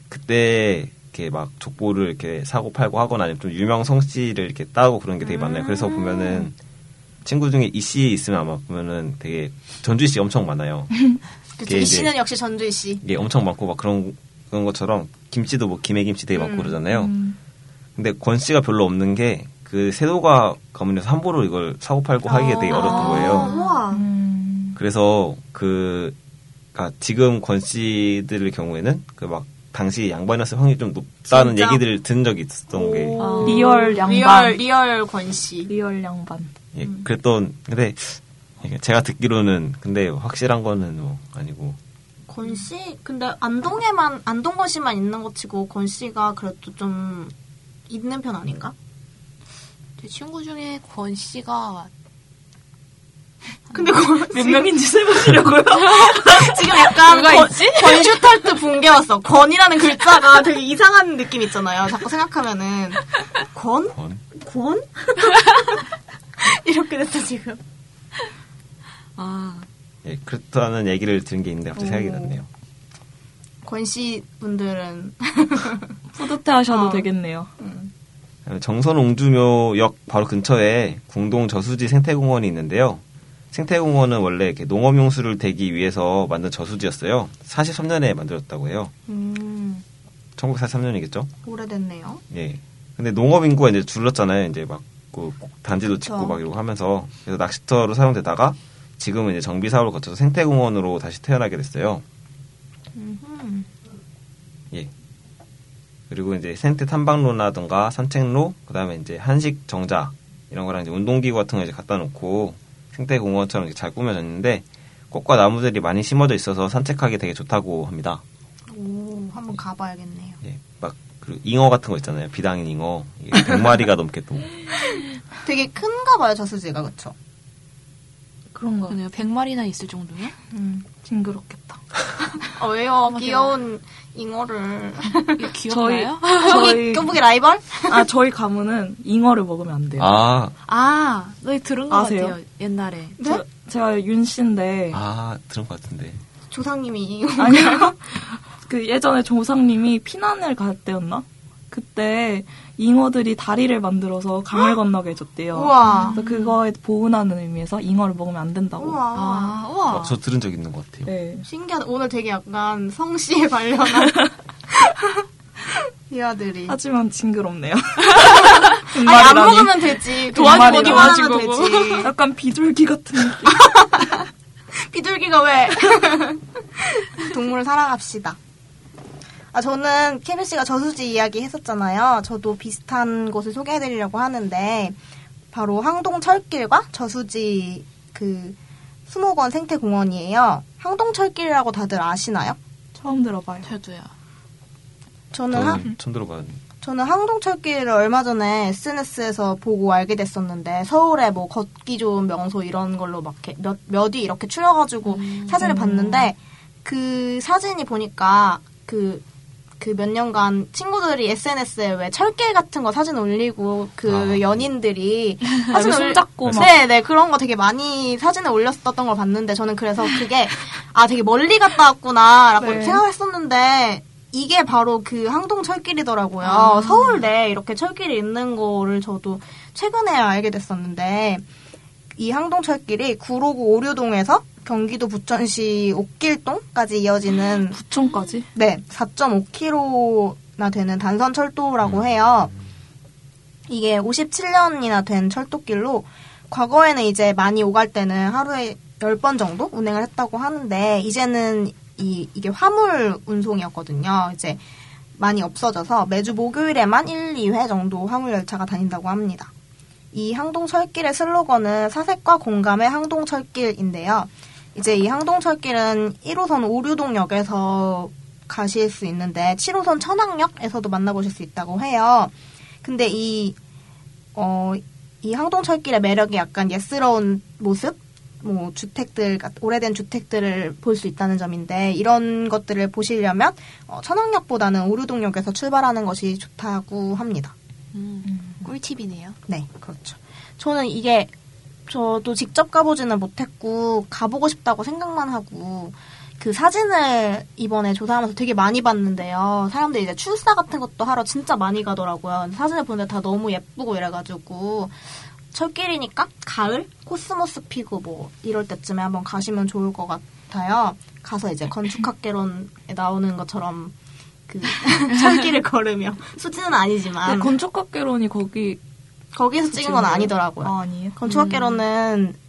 그때 이렇게 막 족보를 이렇게 사고 팔고 하거나 아니면 좀 유명 성씨를 이렇게 따고 그런 게 되게 많아요.
음.
그래서 보면은 친구 중에 이씨 있으면 아마 보면은 되게 전주희 씨 엄청 많아요.
그쵸,
이게
이
이제-
씨는 역시 전주희 씨.
이게 엄청 많고 막 그런 그런 것처럼 김치도 뭐 김해김치 되게 많고
음,
그러잖아요.
음.
근데 권 씨가 별로 없는 게 그 세도가 가문에서 함부로 이걸 사고 팔고 하기가 되게 어려웠던
아,
거예요.
우와.
음.
그래서 그 그러니까 지금 권 씨들의 경우에는 그 막 당시 양반이었을 확률이 좀 높다는
진짜?
얘기들을 들은 적이 있었던 게
오.
리얼 양반.
리얼 리얼 권 씨.
리얼 양반.
예, 그랬던 근데 이게 제가 듣기로는 근데 확실한 거는 뭐 아니고
권 씨? 근데 안동에만, 안동권 씨만 있는 것 치고 권 씨가 그래도 좀 있는 편 아닌가?
제 친구 중에 권 씨가
근데 권,
몇 명인지
[laughs]
세보시려고요?
지금 약간
누가
아, 권,
있지?
권슈탈트 붕괴 왔어. 권이라는 글자가 되게 이상한 느낌 있잖아요. 자꾸 생각하면은. 권?
권
권? [laughs] 이렇게 됐어, 지금.
아
예, 그렇다는 얘기를 들은 게 있는데 갑자기 생각이 났네요.
권씨 분들은
뿌듯해하셔도
어.
되겠네요.
음,
정선옹주묘역 바로 근처에 궁동 저수지 생태공원이 있는데요. 생태공원은 원래 이렇게 농업용수를 대기 위해서 만든 저수지였어요. 43년에 만들었다고 해요.
음,
1943년이겠죠?
오래됐네요.
예. 근데 농업 인구가 이제 줄었잖아요. 이제 막그 단지도 짓고
그쵸.
막 이러고 하면서 그래서 낚시터로 사용되다가 지금은 이제 정비 사업을 거쳐서 생태공원으로 다시 태어나게 됐어요.
음흠.
예. 그리고 이제 생태 탐방로라든가 산책로, 그다음에 이제 한식 정자 이런 거랑 이제 운동기구 같은 거 이제 갖다 놓고 생태 공원처럼 이렇게 잘 꾸며졌는데 꽃과 나무들이 많이 심어져 있어서 산책하기 되게 좋다고 합니다.
오, 한번 가봐야겠네요.
예. 막그 잉어 같은 거 있잖아요. 비당인 잉어. 100마리가 넘게 또.
되게 큰가 봐요, 저수지가, 그쵸?
그런가.
그러네요. 100마리나 있을 정도면?
음.
징그럽겠다.
아, 왜요? 귀여운 잉어를.
[laughs]
[laughs]
이거 귀엽나요?
아,
저희
교복의 라이벌?
아 저희 가문은 잉어를 먹으면 안 돼요.
아,
[laughs] 아, 너희 들은 것
아세요?
같아요. 옛날에.
네?
제가 윤
예.
씨인데
아, 들은 것 같은데.
조상님이 잉어.
아니요. [laughs] 그 예전에 조상님이 피난을 갈 때였나? 그때 잉어들이 다리를 만들어서 강을 건너게 해줬대요.
우와.
그래서 그거에 보은하는 의미에서 잉어를 먹으면 안 된다고.
우와.
아,
어,
우와.
저 들은 적 있는 것 같아요.
네.
신기하다. 오늘 되게 약간
[laughs]
성씨에 발련한 [laughs] 이화들이. 아니,
하지만
[laughs]
징그럽네요.
안
분말이라니.
먹으면 되지.
분말이라니.
도와주기만 하면 되지.
약간 비둘기 같은 느낌.
비둘기가 왜? [laughs] 동물을 사랑합시다. 아, 저는 케빈 씨가 저수지 이야기 했었잖아요. 저도 비슷한 곳을 소개해드리려고 하는데, 바로 항동 철길과 저수지 그 수목원 생태공원이에요. 항동 철길이라고 다들 아시나요?
처음 들어봐요.
저도요.
저는 한,
저는 처음 들어봤는데.
저는 항동철길을 얼마 전에 SNS에서 보고 알게 됐었는데 서울에 뭐 걷기 좋은 명소 이런 걸로 막몇몇이 이렇게 추려가지고
음.
사진을 봤는데 그 사진이 보니까 그 그 몇 년간 친구들이 SNS에 왜 철길 같은 거 사진 올리고 그
아.
[laughs]
연인들이
사실
올리-
손잡고 막.
네, 네, 그런 거 되게 많이 사진을 올렸었던 걸 봤는데 저는 그래서 그게 아 되게 멀리 갔다 왔구나라고
네.
생각했었는데 이게 바로 그 항동 철길이더라고요.
아.
서울대 이렇게 철길이 있는 거를 저도 최근에 알게 됐었는데 이 항동 철길이 구로구 오류동에서 경기도 부천시 옥길동까지 이어지는
부천까지?
네, 4.5km나 되는 단선 철도라고 해요. 이게 57년이나 된 철도길로 과거에는 이제 많이 오갈 때는 하루에 10번 정도 운행을 했다고 하는데 이제는 이, 이게 화물 운송이었거든요. 이제 많이 없어져서 매주 목요일에만 1, 2회 정도 화물 열차가 다닌다고 합니다. 이 항동철길의 슬로건은 사색과 공감의 항동철길인데요. 이제 이 항동철길은 1호선 오류동역에서 가실 수 있는데 7호선 천왕역에서도 만나보실 수 있다고 해요. 근데 이, 어, 이 항동철길의 매력이 약간 예스러운 모습? 뭐, 주택들, 같- 오래된 주택들을 볼 수 있다는 점인데, 이런 것들을 보시려면, 어, 천왕역보다는 오류동역에서 출발하는 것이 좋다고 합니다.
음, 꿀팁이네요.
네, 그렇죠. 저는 이게 저도 직접 가보지는 못했고 가보고 싶다고 생각만 하고 그 사진을 이번에 조사하면서 되게 많이 봤는데요. 사람들이 이제 출사 같은 것도 하러 진짜 많이 가더라고요. 근데 사진을 보는데 다 너무 예쁘고 이래가지고 철길이니까 가을 코스모스 피고 뭐 이럴 때쯤에 한번 가시면 좋을 것 같아요. 가서 이제 건축학개론에 나오는 것처럼 [laughs] 그 철길을 걸으며 수지는 아니지만
네, 건축학개론이 거기
거기서 찍은 건 아니더라고요.
아, 아니에요?
건축학개론은 그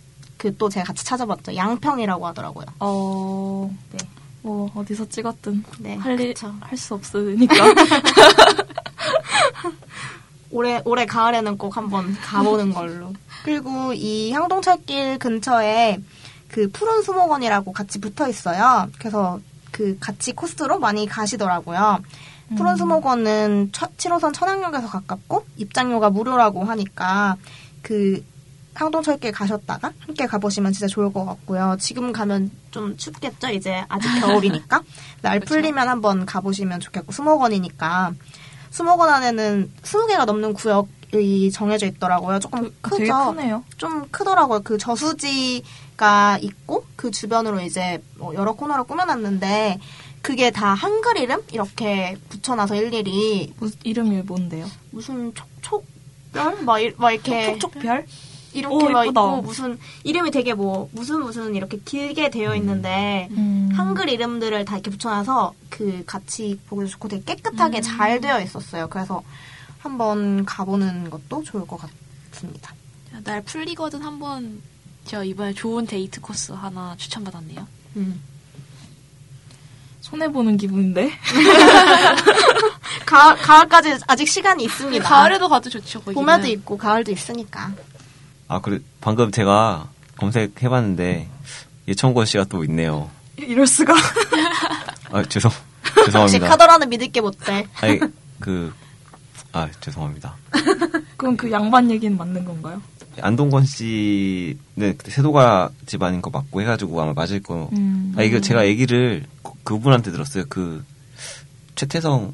또 제가 같이 찾아봤죠. 양평이라고 하더라고요.
어,
네.
뭐 어디서 찍었든
네,
할할수
[laughs]
없으니까
올해 올해 가을에는 꼭 한번 가보는 걸로. [laughs] 그리고 이 향동철길 근처에 그 푸른 수목원이라고 같이 붙어 있어요. 그래서 그 같이 코스로 많이 가시더라고요. 푸른
음.
수목원은 처- 7호선 천왕역에서 가깝고 입장료가 무료라고 하니까 그 항동철길 가셨다가 함께 가보시면 진짜 좋을 것 같고요. 지금 가면 좀 춥겠죠? 이제 아직
[laughs]
겨울이니까. 날 풀리면 한번 가보시면 좋겠고 수목원이니까 수목원 안에는 20개가 넘는 구역이 정해져 있더라고요. 조금 크죠?
그, 되게 크네요.
좀 크더라고요. 그 저수지가 있고 그 주변으로 이제 뭐 여러 코너를 꾸며놨는데 그게 다 한글 이름 이렇게 붙여놔서 일일이
무슨 뭐 이름이 뭔데요?
무슨 촉촉별 막, 이- 막 이렇게
촉촉별?
이렇게
오,
막
이쁘다.
있고 무슨 이름이 되게 뭐 무슨 무슨 이렇게 길게 되어 있는데
음.
한글 이름들을 다 이렇게 붙여놔서 그 같이 보기도 좋고 되게
음.
깨끗하게 잘 되어 있었어요. 그래서 한번 가보는 것도 좋을 것 같습니다.
야, 날 풀리거든 한번 제가 이번에 좋은 데이트 코스 하나 추천받았네요.
음. 손해 보는 기분인데. [laughs]
가을, 가을까지 아직 시간이 있습니다.
가을에도 가도 좋죠. 거기는.
봄에도 있고 가을도 있으니까.
아, 그래 방금 제가 검색해봤는데 예천권 씨가 또 있네요.
이럴 수가. [laughs]
아,
[laughs]
죄송
역시
죄송합니다.
카더라는 믿을 게 못돼.
아니 그아 죄송합니다.
그럼 그 양반 얘기는 맞는 건가요?
안동권 씨는 그때 세도가 집안인 거 맞고 해가지고 아마 맞을 거.
음.
아 이거 제가 얘기를 그- 그분한테 들었어요. 그 최태성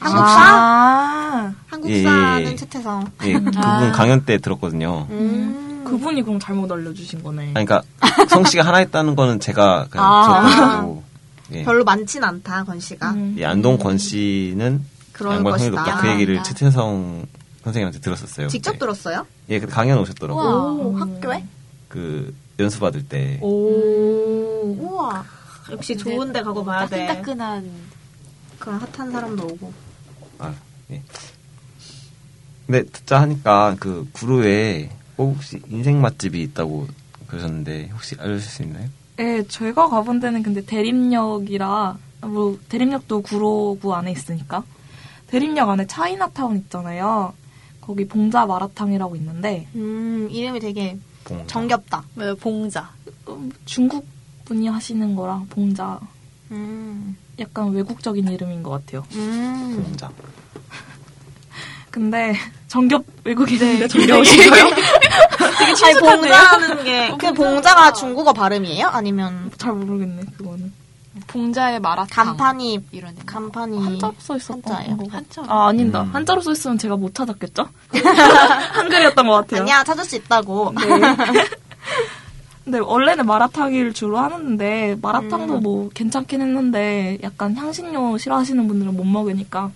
한국사?
아,
한국사는
예, 예.
채태성.
예, 그분 강연 때 들었거든요.
아. 음.
그분이 그럼 잘못 알려주신 거네.
아니, 그러니까 성씨가 하나 있다는 거는 제가 그냥
아.
[laughs]
들었고 예.
음. 별로 많진 않다, 권 씨가.
음.
이 예, 안동권 씨는
그런
양반 성이
것이다.
높다. 그 얘기를
아.
최태성 선생님한테 들었었어요.
직접
그때.
들었어요?
예, 그때 강연 오셨더라고. 요
우와.
오, 학교에?
그 연수 받을 때.
오, 우와. 역시 좋은 데 가고 봐야 돼.
따끈따끈한
그런 핫한 사람도 오고.
아, 예. 근데 듣자 하니까 그 구루에 혹시 인생 맛집이 있다고 그러셨는데 혹시 알려주실 수 있나요?
예, 제가 가본 데는 근데 대림역이라 뭐 대림역도 구로구 안에 있으니까 대림역 안에 차이나타운 있잖아요. 거기 봉자 마라탕이라고 있는데
음, 이름이 되게
봉.
정겹다.
뭐, 봉자.
중국 분이 하시는 거라 봉자
음,
약간 외국적인 이름인 것 같아요.
음.
봉자.
근데 [laughs] 정겹
네.
외국인인데 정겨우신 거예요?
[laughs] 아니, 봉자하는 게, 그 봉자가 중국어 발음이에요? 아니면
잘 모르겠네 그거는.
봉자의 마라탕.
간판이,
이런 데.
간판이.
한자로 써 있었던
음. 한자예요.
거 같-
한자로.
아 아닌다.
음.
한자로 써 있으면 제가 못
[laughs]
찾았겠죠? 한글이었던 것 같아요.
아니야, 찾을 수 있다고.
네. [laughs] 근데 원래는 마라탕을 주로 하는데 마라탕도
음.
뭐 괜찮긴 했는데 약간 향신료 싫어하시는 분들은 못 먹으니까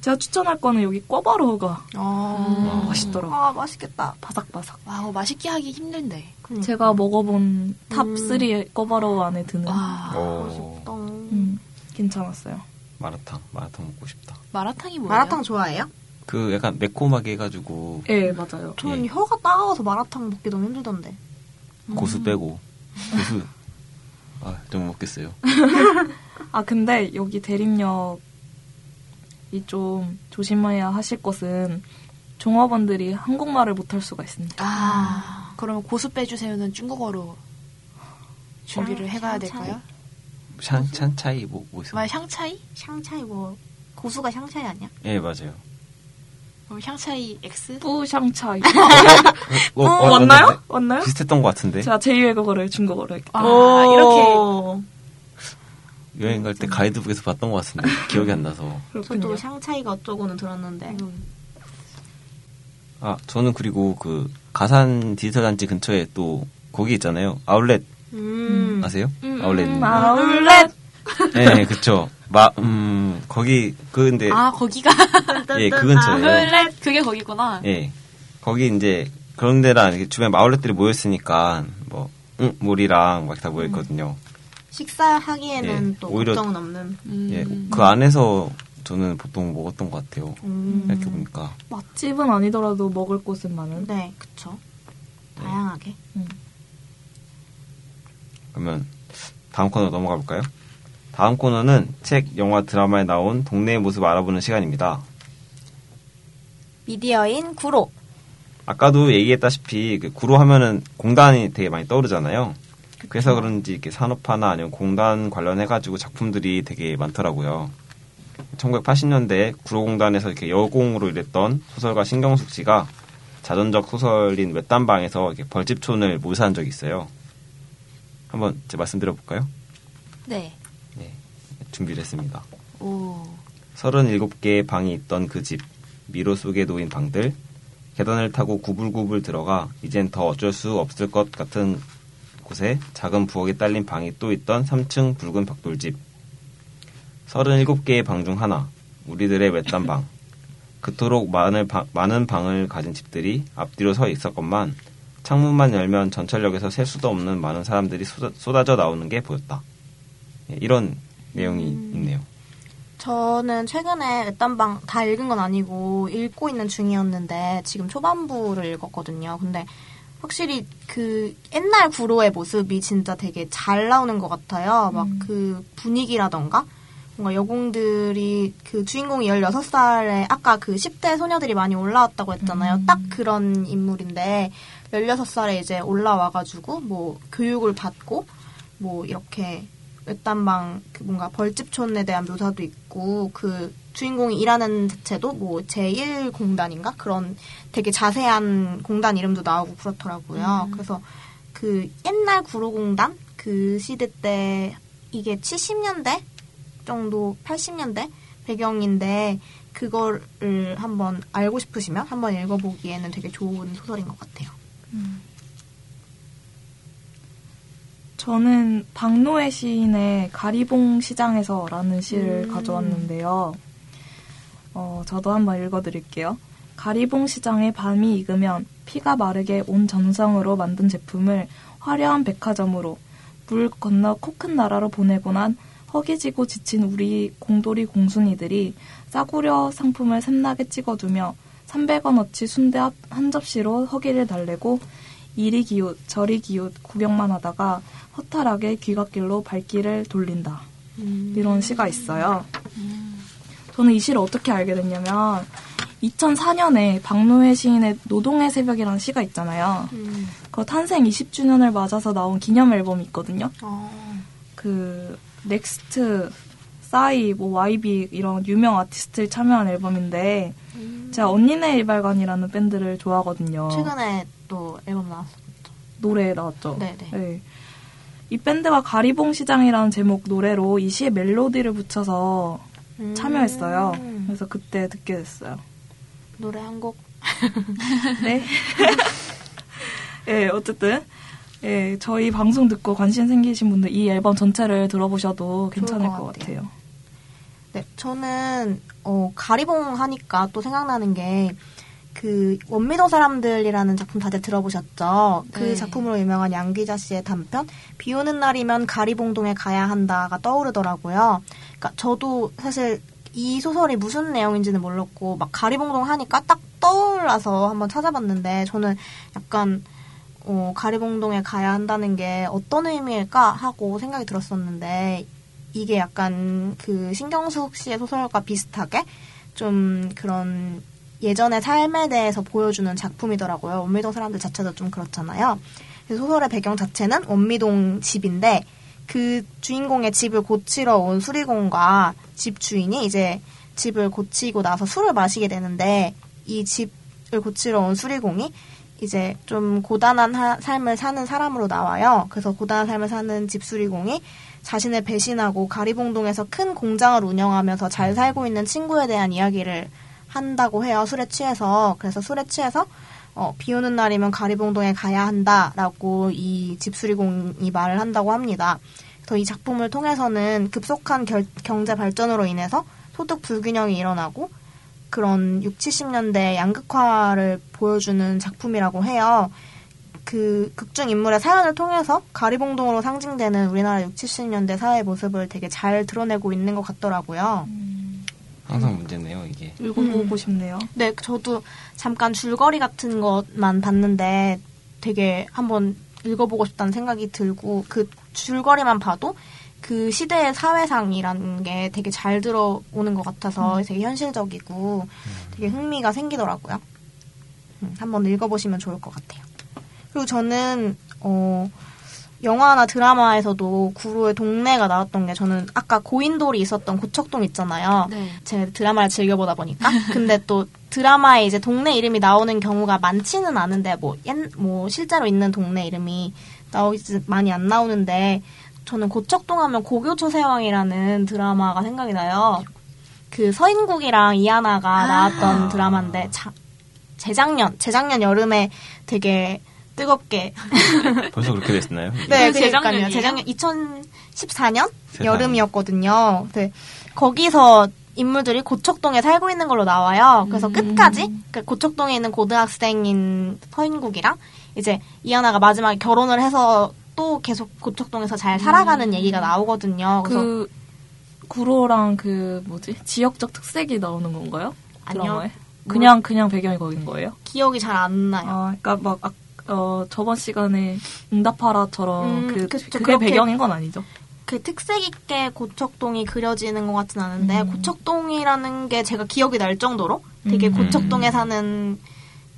제가 추천할 거는 여기 꼬바로우가 음.
어.
맛있더라고.
아, 맛있겠다.
바삭바삭.
와, 그거 맛있게 하기 힘든데.
제가 먹어본 탑
음.
3의 꼬바로우 안에 드는
와,
아,
어.
오.
음, 괜찮았어요.
어, 마라탕. 마라탕 먹고 싶다.
마라탕이 뭐예요?
마라탕 좋아해요?
그 약간 매콤하게 해가지고
예, 맞아요.
저는
예.
혀가 따가워서 마라탕 먹기 너무 힘들던데.
고수 빼고 고수. 아, 좀 먹겠어요.
아 근데 여기 대림역이 좀 조심해야 하실 것은 종업원들이 한국말을 못할 수가 있습니다.
아, 그러면 고수 빼주세요는 중국어로 준비를
샹-
해가야
샹차이.
될까요?
샨, 샨차이 뭐, 뭐 있어요?
말 샹차이?
샹차이 뭐, 고수가 샹차이 아니야?
예, 맞아요.
그럼 샹차이 어, X?
뿌샹차이.
어,
어,
맞-
왔나요?
맞는데?
왔나요?
비슷했던 것 같은데
제가 제2외 국어를 중국어로 했기
아,
때문에.
이렇게.
여행 갈 때 가이드북에서 봤던 것 같은데 기억이 안 나서
저도 샹차이가 어쩌고는 들었는데.
음,
아, 저는 그리고 그 가산 디지털 단지 근처에 또 거기 있잖아요. 아울렛
음.
아세요?
음,
아울렛.
음, 아울렛.
네, 그쵸. 마, 음, 거기 그 근데
아, 거기가.
예, 그 근처예요.
룰렛! [laughs] 그게 거기구나.
예, 거기 이제 그런 데랑 이렇게 주변 마을렛들이 모여 있으니까 뭐 응, 물이랑 막 다 모여 있거든요.
식사하기에는
예,
또
오히려-
걱정은 없는.
음.
예, 그 안에서 저는 보통 먹었던 것 같아요.
음.
이렇게 보니까
맛집은 아니더라도 먹을 곳은 많은.
네, 그쵸.
네.
다양하게.
음.
그러면 다음 코너 넘어가 볼까요? 다음 코너는 책, 영화, 드라마에 나온 동네의 모습 알아보는 시간입니다.
미디어인 구로.
아까도 얘기했다시피 그 구로 하면은 공단이 되게 많이 떠오르잖아요. 그래서 그런지 이렇게 산업화나 아니면 공단 관련해가지고 작품들이 되게 많더라고요. 1980년대 구로공단에서 이렇게 여공으로 일했던 소설가 신경숙 씨가 자전적 소설인 외딴방에서 이렇게 벌집촌을 모사한 적이 있어요. 한번 제 말씀드려 볼까요?
네.
준비를 했습니다.
오.
37개의 방이 있던 그 집, 미로 속에 놓인 방들, 계단을 타고 구불구불 들어가 이젠 더 어쩔 수 없을 것 같은 곳에 작은 부엌에 딸린 방이 또 있던 3층 붉은 벽돌집, 37개의 방 중 하나, 우리들의 외딴 방. 그토록 많은, 방, 많은 방을 가진 집들이 앞뒤로 서 있었건만 창문만 열면 전철역에서 셀 수도 없는 많은 사람들이 쏟아- 쏟아져 나오는 게 보였다. 예, 이런 내용이 있네요.
저는 최근에 외딴방 다 읽은 건 아니고 읽고 있는 중이었는데 지금 초반부를 읽었거든요. 근데 확실히 그 옛날 구로의 모습이 진짜 되게 잘 나오는 것 같아요. 막 그 분위기라던가 뭔가 여공들이 그 주인공이 16살에 아까 그 10대 소녀들이 많이 올라왔다고 했잖아요. 딱 그런 인물인데 16살에 이제 올라와가지고 뭐 교육을 받고 뭐 이렇게 외딴방 그 뭔가 벌집촌에 대한 묘사도 있고 그 주인공이 일하는 자체도 뭐 제1공단인가 그런 되게 자세한 공단 이름도 나오고 그렇더라고요. 그래서 그 옛날 구로공단 그 시대 때 이게 70년대 정도 80년대 배경인데 그거를 한번 알고 싶으시면 한번 읽어보기에는 되게 좋은 소설인 것 같아요.
음. 저는 박노해 시인의 가리봉 시장에서라는 시를
음.
가져왔는데요. 어, 저도 한번 읽어드릴게요. 가리봉 시장의 밤이 익으면 피가 마르게 온 정성으로 만든 제품을 화려한 백화점으로 물 건너 코 큰 나라로 보내고 난 허기지고 지친 우리 공돌이 공순이들이 싸구려 상품을 샘나게 찍어두며 300원어치 순대 앞한 접시로 허기를 달래고 이리 기웃 저리 기웃 구경만 하다가 허탈하게 귀갓길로 발길을 돌린다. 이런 시가 있어요. 저는 이 시를 어떻게 알게 됐냐면 2004년에 박노해 시인의 노동의 새벽이라는 시가 있잖아요.
음.
그 탄생 20주년을 맞아서 나온 기념 앨범이 있거든요.
어,
그 넥스트 싸이 뭐 YB 이런 유명 아티스트를 참여한 앨범인데 제가 언니네 일발관이라는 밴드를 좋아하거든요.
음. 최근에 또 앨범 나왔었죠.
노래 나왔죠.
네네.
네. 이 밴드가 가리봉 시장이라는 제목 노래로 이 시의 멜로디를 붙여서 참여했어요.
음.
그래서 그때 듣게
[laughs]
됐어요.
노래 한 곡.
네. [laughs] 예, 어쨌든 예, 저희 방송 듣고 관심 생기신 분들 이 앨범 전체를 들어보셔도 괜찮을
것
것
같아요.
같아요.
네, 저는 어, 가리봉 하니까 또 생각나는 게 그 원미도 사람들이라는 작품 다들 들어보셨죠? 그
네.
작품으로 유명한 양귀자 씨의 단편 비 오는 날이면 가리봉동에 가야 한다가 떠오르더라고요. 그러니까 저도 사실 이 소설이 무슨 내용인지는 몰랐고 막 가리봉동 하니까 딱 떠올라서 한번 찾아봤는데 저는 약간 어, 가리봉동에 가야 한다는 게 어떤 의미일까 하고 생각이 들었었는데 이게 약간 그 신경숙 씨의 소설과 비슷하게 좀 그런 예전의 삶에 대해서 보여주는 작품이더라고요. 원미동 사람들 자체도 좀 그렇잖아요. 그래서 소설의 배경 자체는 원미동 집인데 그 주인공의 집을 고치러 온 수리공과 집 주인이 이제 집을 고치고 나서 술을 마시게 되는데 이 집을 고치러 온 수리공이 이제 좀 고단한 하- 삶을 사는 사람으로 나와요. 그래서 고단한 삶을 사는 집수리공이 자신을 배신하고 가리봉동에서 큰 공장을 운영하면서 잘 살고 있는 친구에 대한 이야기를 한다고 해요. 술에 취해서. 그래서 술에 취해서 어, 비 오는 날이면 가리봉동에 가야 한다라고 이 집수리공이 말을 한다고 합니다. 그래서 이 작품을 통해서는 급속한 결- 경제 발전으로 인해서 소득 불균형이 일어나고 그런 6, 70년대 양극화를 보여주는 작품이라고 해요. 그 극중 인물의 사연을 통해서 가리봉동으로 상징되는 우리나라 6, 70년대 사회 모습을 되게 잘 드러내고 있는 것 같더라고요.
항상 문제네요, 이게.
읽어보고 싶네요.
네, 저도 잠깐 줄거리 같은 것만 봤는데 되게 한번 읽어보고 싶다는 생각이 들고 그 줄거리만 봐도 그 시대의 사회상이라는 게 되게 잘 들어오는 것 같아서 되게 현실적이고 되게 흥미가 생기더라고요. 음, 한번 읽어보시면 좋을 것 같아요. 그리고 저는 어, 영화나 드라마에서도 구로의 동네가 나왔던 게 저는 아까 고인돌이 있었던 고척동 있잖아요.
네.
제가 드라마를 즐겨보다 보니까. 근데 또 드라마에 이제 동네 이름이 나오는 경우가 많지는 않은데, 뭐, 옛, 뭐, 실제로 있는 동네 이름이 나오지, 많이 안 나오는데, 저는 고척동 하면 고교초 세왕이라는 드라마가 생각이 나요. 그 서인국이랑 이하나가 나왔던 드라마인데, 자- 재작년, 재작년 여름에 되게 뜨겁게
벌써 그렇게 됐나요?
네,
재작년이에요?
그러니까요. 재작년 2000 2014년
세상에.
여름이었거든요. 네. 거기서 인물들이 고척동에 살고 있는 걸로 나와요. 그래서 끝까지 그 고척동에 있는 고등학생인 서인국이랑 이제 이하나가 마지막에 결혼을 해서 또 계속 고척동에서 잘 살아가는 얘기가 나오거든요. 음. 그래서
그 구로랑 그 뭐지 지역적 특색이 나오는 건가요?
아니요.
드라마에? 그냥 그냥 배경이 거긴 거예요?
기억이 잘 안 나요.
아, 그러니까 막 아, 어, 저번 시간에 응답하라처럼
음,
그
그쵸.
그게
그렇게-
배경인 건 아니죠?
그 특색 있게 고척동이 그려지는 것 같진 않은데 고척동이라는 게 제가 기억이 날 정도로 되게
음.
고척동에 사는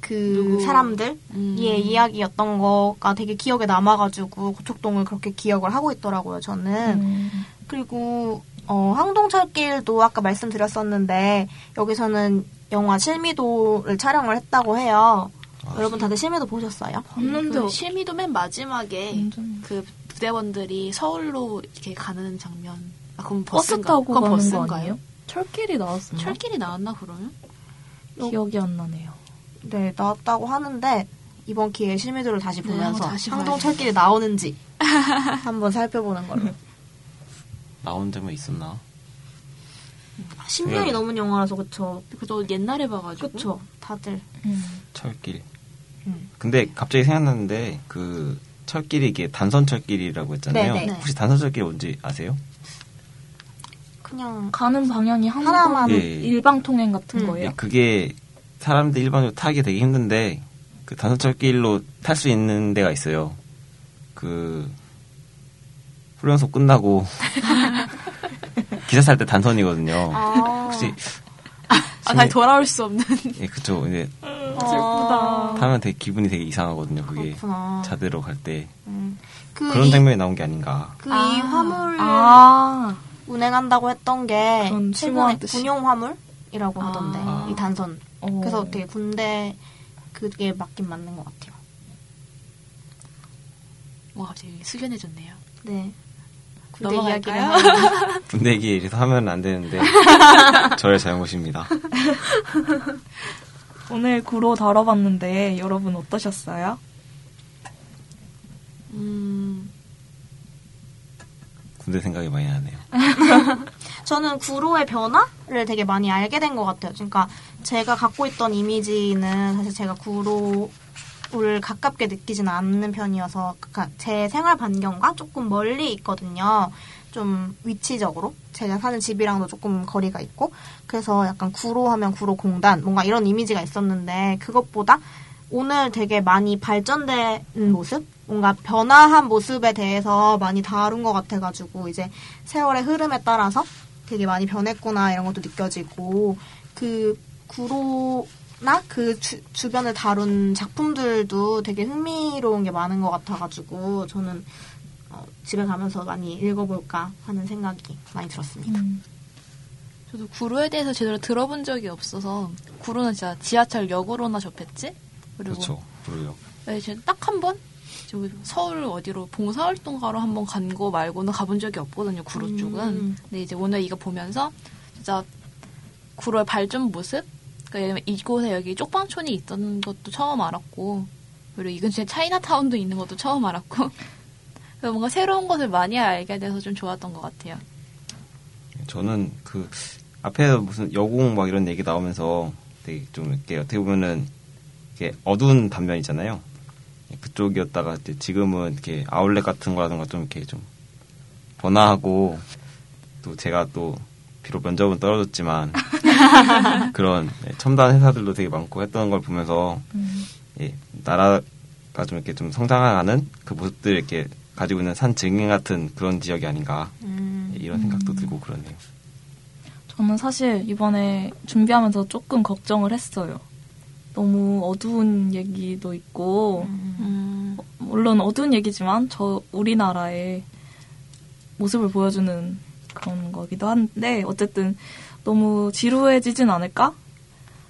그 사람들의
음.
예, 이야기였던 거가 되게 기억에 남아가지고 고척동을 그렇게 기억을 하고 있더라고요 저는
음.
그리고 어, 항동철길도 아까 말씀드렸었는데 여기서는 영화 실미도를 촬영을 했다고 해요 여러분 다들 실미도 보셨어요?
봤는데
그 실미도 맨 마지막에 그 부대원들이 서울로 이렇게 가는 장면. 아, 그럼
버스
버스인가?
타고
그건
가는 거
버스인가요?
아니에요? 음. 철길이 나왔었나?
철길이 나왔나 그러면?
기억이 안 나네요.
네, 나왔다고 하는데 이번 기회에 실미도를 다시
네,
보면서
한번 다시
항동철길이 나오는지 한번 살펴보는 걸로.
나온 데만 있었나?
10년이
네.
넘은 영화라서 그쵸.
그저 옛날에 봐가지고.
그쵸. 다들.
철길.
음.
근데 갑자기 생각났는데 그 철길이 이게 단선 철길이라고 했잖아요.
네, 네.
혹시 단선 철길 뭔지 아세요?
그냥
가는 방향이
하나만.
하나만 일방 통행 같은
음.
예,
거예요.
그게 사람들 일반적으로 타기 되게 힘든데 그 단선 철길로 탈 수 있는 데가 있어요. 그 훈련소 끝나고 [laughs] 기사 살 때 단선이거든요.
아,
혹시
아,
네.
다시 돌아올 수 없는. [laughs]
예, 그쵸. 이제
어. 슬프다.
타면 되게 기분이 되게 이상하거든요. 그게
그렇구나.
차대로 갈 때
음. 그
예, 그런
이,
장면이 나온 게 아닌가.
그이 화물을
아,
운행한다고 했던 게
그런
최근에
심오한 뜻이.
군용 화물이라고
아.
하던데
아.
이 단선.
어.
그래서 되게 군대 그게 맞긴 맞는 것 같아요.
뭐 갑자기 숙연해졌네요.
네. 군대
넘어갈까요?
이야기를 하면
군대 얘기해서 하면 안
[laughs]
되는데 저의 잘못입니다.
오늘 구로 다뤄봤는데 여러분 어떠셨어요?
음,
군대 생각이 많이 나네요.
아,
저는 구로의 변화를 되게 많이 알게 된 것 같아요. 그러니까 제가 갖고 있던 이미지는 사실 제가 구로를 가깝게 느끼지는 않는 편이어서 그러니까 제 생활 반경과 조금 멀리 있거든요. 좀 위치적으로 제가 사는 집이랑도 조금 거리가 있고 그래서 약간 구로하면 구로공단 뭔가 이런 이미지가 있었는데 그것보다 오늘 되게 많이 발전된 모습? 뭔가 변화한 모습에 대해서 많이 다룬 것 같아가지고, 이제 세월의 흐름에 따라서 되게 많이 변했구나, 이런 것도 느껴지고, 그 구로나 그 주, 주변을 다룬 작품들도 되게 흥미로운 게 많은 것 같아가지고, 저는 어, 집에 가면서 많이 읽어볼까 하는 생각이 많이 들었습니다.
저도 구로에 대해서 제대로 들어본 적이 없어서 구로는 진짜 지하철 역으로나 접했지. 그리고
그렇죠. 그래요.
네, 딱 한 번? 저기 서울 어디로 봉사활동 가러 한 번 간 거 말고는 가본 적이 없거든요, 구로
음.
쪽은. 근데 이제 오늘 이거 보면서 진짜 구로의 발전 모습? 그러니까 예를 들면 이곳에 여기 쪽방촌이 있던 것도 처음 알았고, 그리고 이 근처에 차이나타운도 있는 것도 처음 알았고, [laughs] 그래서 뭔가 새로운 것을 많이 알게 돼서 좀 좋았던 것 같아요.
저는 그 앞에 무슨 여공 막 이런 얘기 나오면서 되게 좀 이렇게 어떻게 보면은 이렇게 어두운 단면이잖아요. 그쪽이었다가 이제 지금은 이렇게 아울렛 같은 거라든가 좀 이렇게 좀 번화하고 또 제가 또 비록 면접은
[laughs]
떨어졌지만 그런 예, 첨단 회사들도 되게 많고 했던 걸 보면서
음.
예, 나라가 좀 이렇게 좀 성장하는 그 모습들 이렇게 가지고 있는 산 증인 같은 그런 지역이 아닌가 예, 이런 생각도
음.
들고 그러네요.
저는 사실 이번에 준비하면서 조금 걱정을 했어요. 너무 어두운 얘기도 있고,
음,
물론 어두운 얘기지만 저 우리나라의 모습을 보여주는 그런 거기도 한데 어쨌든 너무 지루해지진 않을까?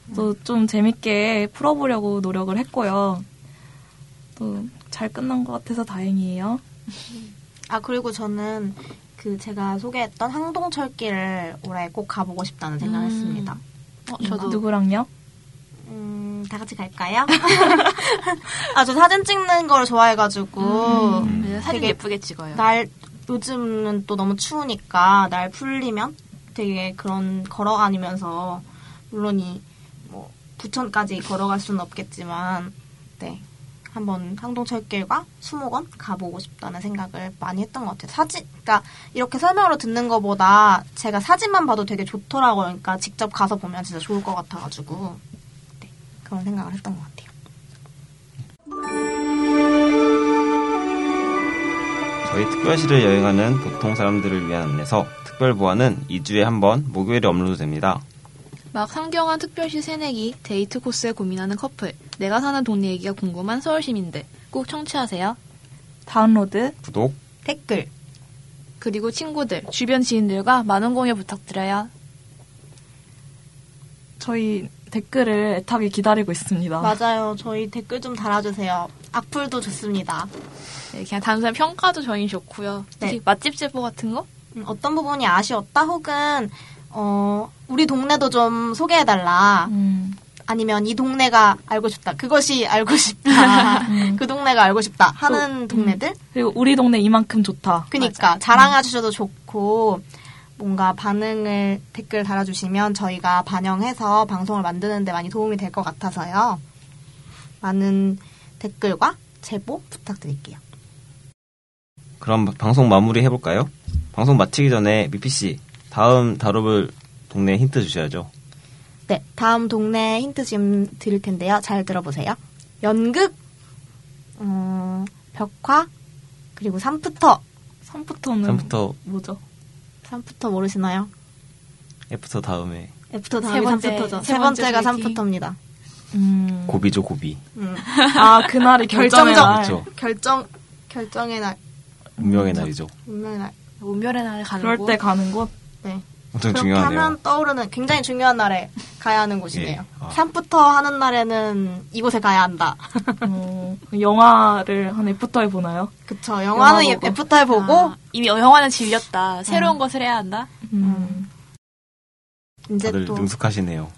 음.
또 좀 재밌게 풀어보려고 노력을 했고요. 또 잘 끝난 것 같아서 다행이에요.
아 그리고 저는 그 제가 소개했던 항동철길을 올해 꼭 가보고 싶다는 생각을
음.
했습니다.
어, 저도
누구랑요?
음, 다 같이 [laughs] 갈까요? 아, 저 사진 찍는 걸 좋아해가지고,
음, 사진
되게
예쁘게 찍어요.
네. 날, 요즘은 또 너무 추우니까 날 풀리면 되게 그런 걸어다니면서 물론 이뭐 부천까지 걸어갈 수는 없겠지만 네 한번 항동철길과 수목원 가보고 싶다는 생각을 많이 했던 것 같아요. 사진, 그러니까 이렇게 설명으로 듣는 것보다 제가 사진만 봐도 되게 좋더라고요. 그러니까 직접 가서 보면 진짜 좋을 것 같아가지고 네, 그런 생각을 했던 것 같아요.
저희 특별시를 여행하는 보통 사람들을 위한 안내서 특별 보안은 2주에 한 번 목요일에 업로드 됩니다.
막 상경한 특별시 새내기 데이트 코스에 고민하는 커플 내가 사는 동네 얘기가 궁금한 서울 시민들 꼭 청취하세요.
다운로드
구독,
댓글
그리고 친구들 주변 지인들과 많은 공유 부탁드려요.
저희 댓글을 애타게 기다리고 있습니다.
맞아요. 저희 댓글 좀 달아주세요. 악플도 좋습니다.
네, 그냥 단순한 평가도 저희 좋고요.
네.
특히 맛집 제보 같은 거
음, 어떤 부분이 아쉬웠다 혹은 어, 우리 동네도 좀 소개해달라.
음,
아니면 이 동네가 알고 싶다. 그것이 알고 [laughs] 싶다. 그 동네가 알고 싶다 하는 동네들.
그리고 우리 동네 이만큼 좋다.
그니까 자랑해 주셔도 좋고 뭔가 반응을 댓글 달아주시면 저희가 반영해서 방송을 만드는데 많이 도움이 될 것 같아서요. 많은 댓글과 제보 부탁드릴게요.
그럼 방송 마무리 해볼까요? 방송 마치기 전에 미피씨, 다음 다뤄볼 동네 힌트 주셔야죠.
네, 다음 동네 힌트 지금 드릴 텐데요. 잘 들어보세요. 연극, 어, 벽화, 그리고 삼프터.
선부터는
처음부터
뭐죠?
삼프터 모르시나요?
애프터 다음에
애프터
세
다음이
번째,
삼프터죠.
세
세 번째가
번째
삼프터입니다.
음,
고비죠, 고비.
아 그날이 [laughs] 결정의
결정적.
날.
그렇죠.
[laughs] 결정, 결정의 날,
운명의
그렇죠.
날이죠.
운명의 날.
운멸의 날에 가는
그럴
곳
때 가는 곳.
네.
엄청
그렇게
중요하네요.
하면 떠오르는 굉장히 중요한 날에 가야 하는 곳이네요.
예. 아.
삼프터 하는 날에는 이곳에 가야 한다. [laughs]
어, 그 영화를 한 애프터에 보나요?
그쵸. 영화는
영화 보고.
애프터에 보고,
아, 이미 영화는 질렸다. 새로운 것을 해야 한다.
음.
이제
다들
또
능숙하시네요.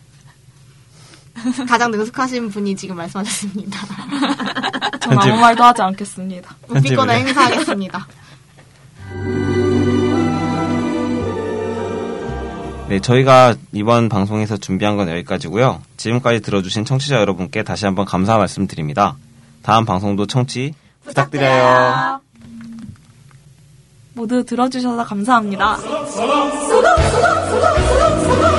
가장 능숙하신 분이 지금 말씀하셨습니다.
아,
전 아무
편집.
말도 하지 않겠습니다.
웃기거나
편집을.
행사하겠습니다.
네, 저희가 이번 방송에서 준비한 건 여기까지고요. 지금까지 들어주신 청취자 여러분께 다시 한번 감사 말씀드립니다. 다음 방송도 청취 [laughs] 부탁드려요.
모두 들어주셔서 감사합니다.
수고 수고 수고 수고 수고